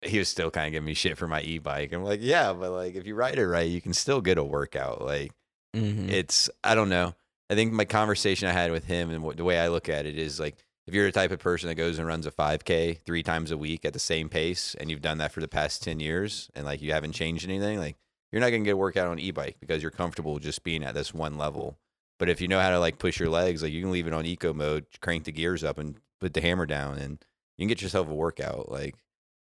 he was still kind of giving me shit for my e-bike. I'm like, yeah, but like if you ride it right, you can still get a workout. Like
[LAUGHS] Mhm.
it's i don't know i think my conversation i had with him and what, the way i look at it is like if you're the type of person that goes and runs a 5k three times a week at the same pace and you've done that for the past 10 years and like you haven't changed anything like you're not going to get a workout on e-bike because you're comfortable just being at this one level but if you know how to like push your legs like you can leave it on eco mode crank the gears up and put the hammer down and you can get yourself a workout like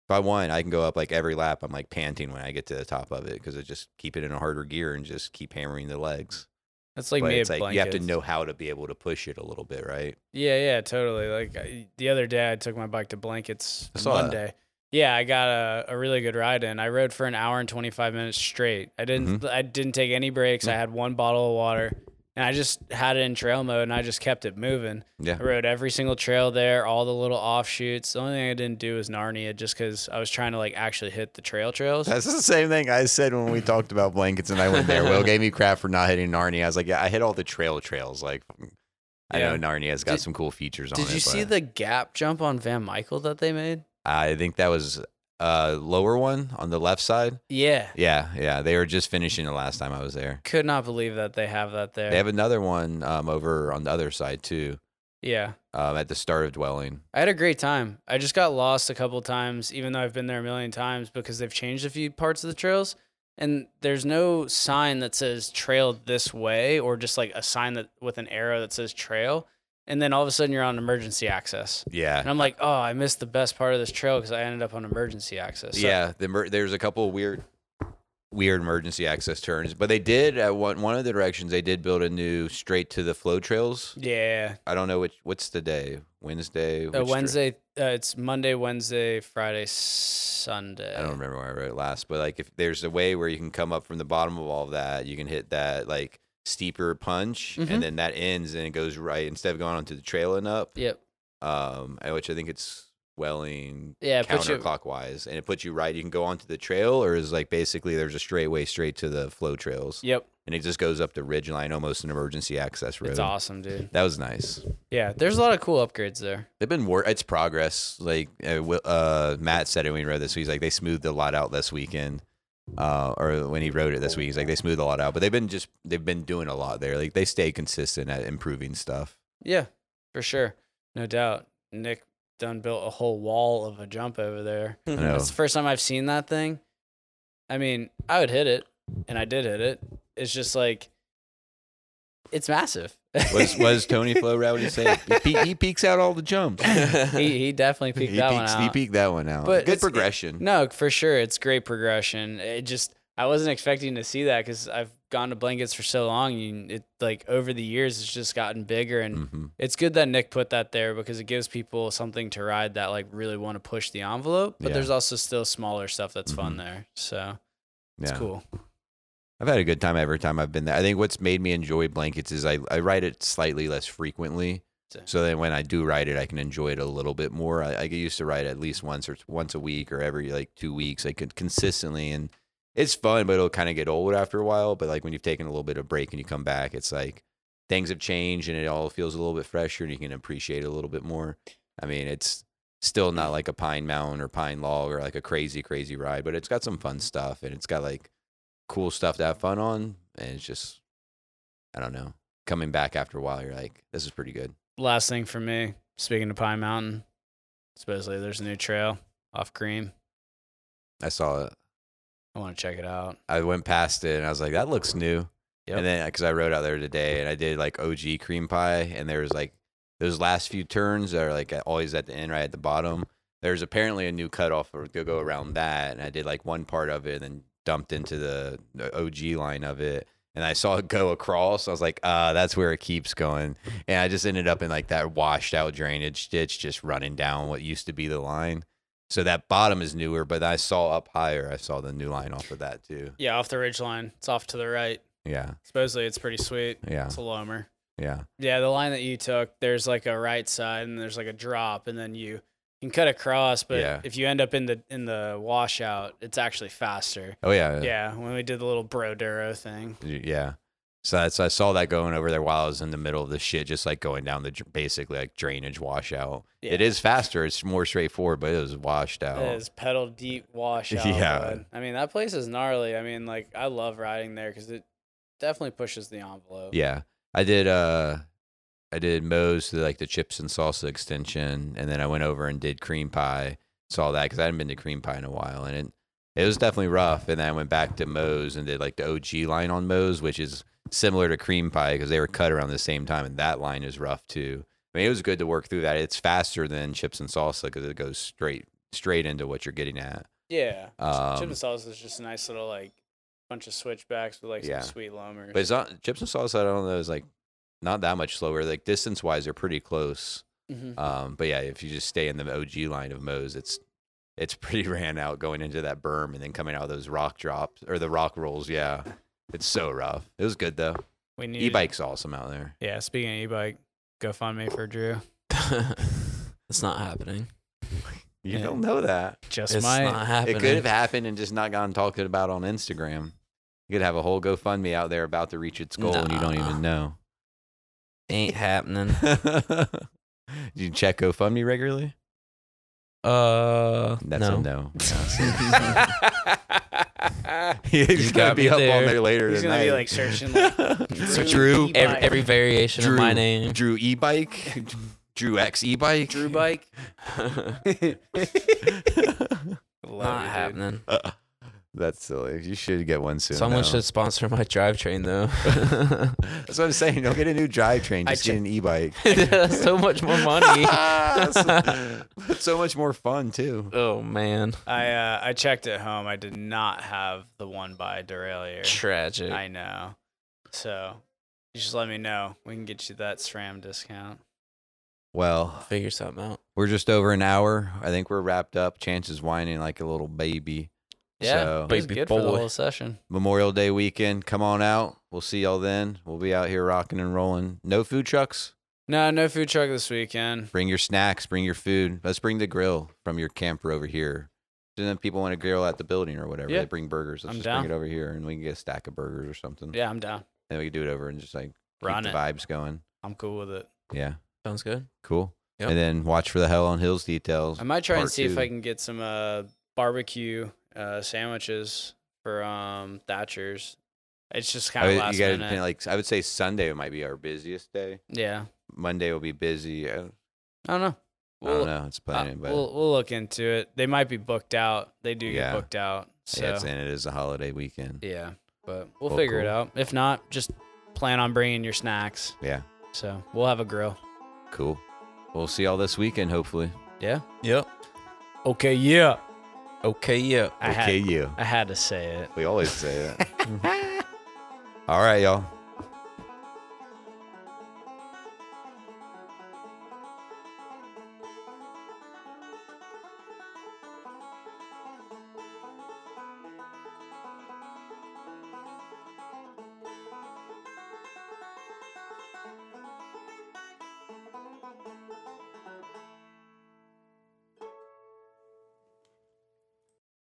if I want, I can go up like every lap. I'm like panting when I get to the top of it because I just keep it in a harder gear and just keep hammering the legs
That's like
but
me
it's
at
like you have to
blankets.
know how to be able to push it a little bit, right? [LAUGHS]
Yeah, yeah, totally. Like I, the other day, I took my bike to Blankets
I
on
saw that.
Monday. Yeah, I got a, a really good ride in. I rode for an hour and twenty five minutes straight. I didn't
Mm-hmm.
I didn't take any breaks.
Mm.
I had one bottle of water, and I just had it in trail mode, and I just kept it moving.
Yeah.
I rode every single trail there, all the little offshoots. The only thing I didn't do was Narnia, just because I was trying to like actually hit the trail trails.
That's the same thing I said when we talked about blankets and I went
[LAUGHS]
there. Will gave me crap for not hitting Narnia. I was like, yeah, I hit all the trail trails. Like, I
Yeah.
know Narnia's got
Did-
some cool features on it.
Did you see
but
the gap jump on Van Michael that they made?
I think that was uh lower one on the left side.
Yeah,
Yeah, yeah. They were just finishing the last time I was there.
could not believe that they have that there.
They have another one um, over on the other side too,
yeah.
um, at the start of Dwelling.
I had a great time. I just got lost a couple times, even though I've been there a million times because they've changed a few parts of the trails. And there's no sign that says trail this way, or just like a sign that with an arrow that says trail. And then all of a sudden you're on emergency access.
Yeah,
And I'm like, oh, I missed the best part of this trail because I ended up on emergency access. So-
yeah, the, emer- there's a couple of weird, weird emergency access turns, but they did at one one of the directions they did build a new straight to the flow trails.
Yeah.
I don't know which what's the day Wednesday.
Uh,
which dir-
Wednesday, uh, it's Monday, Wednesday, Friday, Sunday.
I don't remember where I wrote it last, but like if there's a way where you can come up from the bottom of all that, you can hit that like steeper punch,
Mhm.
and then that ends and it goes right instead of going onto the trail and up.
Yep.
Um, and which I think it's welling
Yeah. Put you,
counterclockwise, and it puts you right. You can go onto the trail, or is like basically there's a straight way straight to the flow trails,
yep.
and it just goes up the ridge line, almost an emergency access road.
It's awesome, dude.
That was nice.
Yeah. There's a lot of cool upgrades there.
They've been wor- it's progress. Like uh, Wi- uh, Matt said it when he wrote this, he's like they smoothed a lot out this weekend, uh, or when he wrote it this week, he's like they smoothed a lot out. But they've been just they've been doing a lot there. Like they stay consistent at improving stuff.
Yeah, for sure. No doubt. Nick done built a whole wall of a jump over there.
I know.
That's the first time I've seen that thing. I mean, I would hit it, and I did hit it. It's just like it's massive.
Was was Tony Flo Rowdy say? He, pe- he peeks out all the
[LAUGHS] [LAUGHS]
jumps.
he, he definitely peaked
[LAUGHS] he
that
peeks,
one
He
out.
peeked that one out.
But
Good
it's-
progression.
No, for sure, it's great progression. It just I wasn't expecting to see that because I've gone to blankets for so long. And it like over the years, it's just gotten bigger, and
hmm
it's good that Nick put that there because it gives people something to ride that like really want to push the envelope. But
Yeah. Mm-hmm.
there's also still smaller stuff that's fun there, so it's
yeah.
cool.
I've had a good time every time I've been there. I think what's made me enjoy blankets is I, I ride it slightly less frequently.
So-
So then when I do ride it, I can enjoy it a little bit more. I, I get used to ride at least once or once a week or every like two weeks. I could consistently and it's fun, but it'll kind of get old after a while. But like when you've taken a little bit of break and you come back, it's like things have changed and it all feels a little bit fresher and you can appreciate it a little bit more. I mean, it's still not like a pine mountain or pine log or like a crazy, crazy ride, but it's got some fun stuff and it's got like cool stuff to have fun on. And it's just, I don't know, coming back after a while, you're like, this is pretty good.
Last thing for me, speaking to Pine Mountain, supposedly there's a new trail off Cream.
I saw it.
I want to check it out.
I went past it and I was like, that looks new.
Yep.
And then, because I rode out there today and I did like OG cream pie, and there was like those last few turns that are like always at the end, right at the bottom. There's apparently a new cutoff or to go around that. And I did like one part of it and then dumped into the the OG line of it. And I saw it go across. I was like, uh, that's where it keeps going. And I just ended up in like that washed out drainage ditch, just running down what used to be the line. So that bottom is newer, but I saw up higher, I saw the new line off of that too.
Yeah, off the ridge line. It's off to the right.
Yeah.
Supposedly it's pretty sweet.
Yeah.
It's a lomer.
Yeah.
Yeah, the line that you took, there's like a right side and there's like a drop and then you can cut across, but
Yeah.
if you end up in the in the washout, it's actually faster.
Oh, yeah.
Yeah, when we did the little bro duro thing.
Y- Yeah. So that's I saw that going over there while I was in the middle of the shit, just like going down the dr- basically like drainage washout. It
Yeah.
is faster, it's more straightforward, but it was washed out.
It is pedal deep washout.
Oh. Yeah.
bud. I mean, that place is gnarly. I mean, like I love riding there cuz it definitely pushes the envelope.
Yeah. I did uh I did Moe's like the chips and salsa extension and then I went over and did cream pie. Saw that cuz I hadn't been to cream pie in a while and it it was definitely rough and then I went back to Moe's and did like the OG line on Moe's which is similar to cream pie cuz they were cut around the same time and that line is rough too. I mean it was good to work through that. It's faster than chips and salsa cuz it goes straight straight into what you're getting at.
Yeah.
Um,
Chip and salsa is just a nice little like bunch of switchbacks with like
Yeah.
some sweet lomers.
But it's not chips and salsa I don't know is like not that much slower. Like distance wise they're pretty close.
Mhm.
Um, but yeah, if you just stay in the OG line of Moe's, it's it's [LAUGHS] pretty ran out going into that berm and then coming out of those rock drops or the rock rolls. Yeah, it's so rough. It was good though.
we need
E bike's awesome out there.
Yeah, speaking of e-bike, GoFundMe for Drew.
it's not happening.
You
Yeah.
don't know that.
Just
It's
might.
not happening.
It could have happened and just not gotten talked about on Instagram. You could have a whole GoFundMe out there about to reach its goal and you don't
Nah.
even know.
Ain't happening.
Do [LAUGHS] you check GoFundMe regularly?
Uh,
That's
no.
[LAUGHS]
a no. [LAUGHS]
You
He's
got
gonna be
me
up
there.
on there later.
He's gonna
tonight.
be, like, searching,
[LAUGHS]
like,
So
Drew
Drew,
E-bike.
Every,
[LAUGHS]
every [LAUGHS] variation
Drew.
of my name.
Drew e bike, [LAUGHS] Drew X e bike,
Drew
[LAUGHS]
bike.
not happening.
Uh, That's silly. You should get one soon.
Someone
though.
should sponsor my drivetrain though. [LAUGHS]
That's what I'm saying. Don't get a new drivetrain.
I
Just get
che-
an e bike.
That's so much more
[LAUGHS]
money.
so much more fun too.
oh man,
I uh, I checked at home. I did not have the one by derailleur.
tragic.
I know. So you just let me know. We can get you that SRAM discount.
Well,
Figure something out.
we're just over an hour. I think we're wrapped up. Chance is whining like a little baby. So-
it was
Baby
good for the
boy.
whole session.
Memorial Day weekend. Come on out. We'll see y'all then. We'll be out here rocking and rolling. No food trucks.
No, no food truck this weekend.
Bring your snacks. Bring your food. Let's bring the grill from your camper over here. And then people want to grill at the building or whatever.
Yeah.
They bring burgers. Let's
I'm
just
down.
bring it over here and we can get a stack of burgers or something.
Yeah, I'm down.
And we can do it over and just like
Run
keep
it.
the vibes going.
I'm cool with it.
Yeah.
Sounds good.
Cool.
Yep.
And then watch for the Hell on Hills details.
I might try and
Part
see if
two.
I can get some uh, barbecue uh, sandwiches for um, Thatcher's. It's just
I
kind of
would-
last
you gotta
minute.
depend, like I would say Sunday might be our busiest day.
yeah,
Monday will be busy.
I
I,
don't know.
I
We'll-
don't know. It's
Uh,
planning, but
we'll we'll look into it. They might be booked out. They do
Yeah.
get booked out. So
yeah,
yeah,
it's, and it is a holiday weekend.
but we'll
Well,
figure it
cool.
out. If not, just plan on bringing your snacks.
Yeah.
So we'll have a grill.
Cool. We'll see y'all this weekend, hopefully.
Yeah.
Yep.
Okay. Yeah.
Okay. Yeah.
I
okay,
had
you.
I had to say it.
We always say that. [LAUGHS] All right, y'all.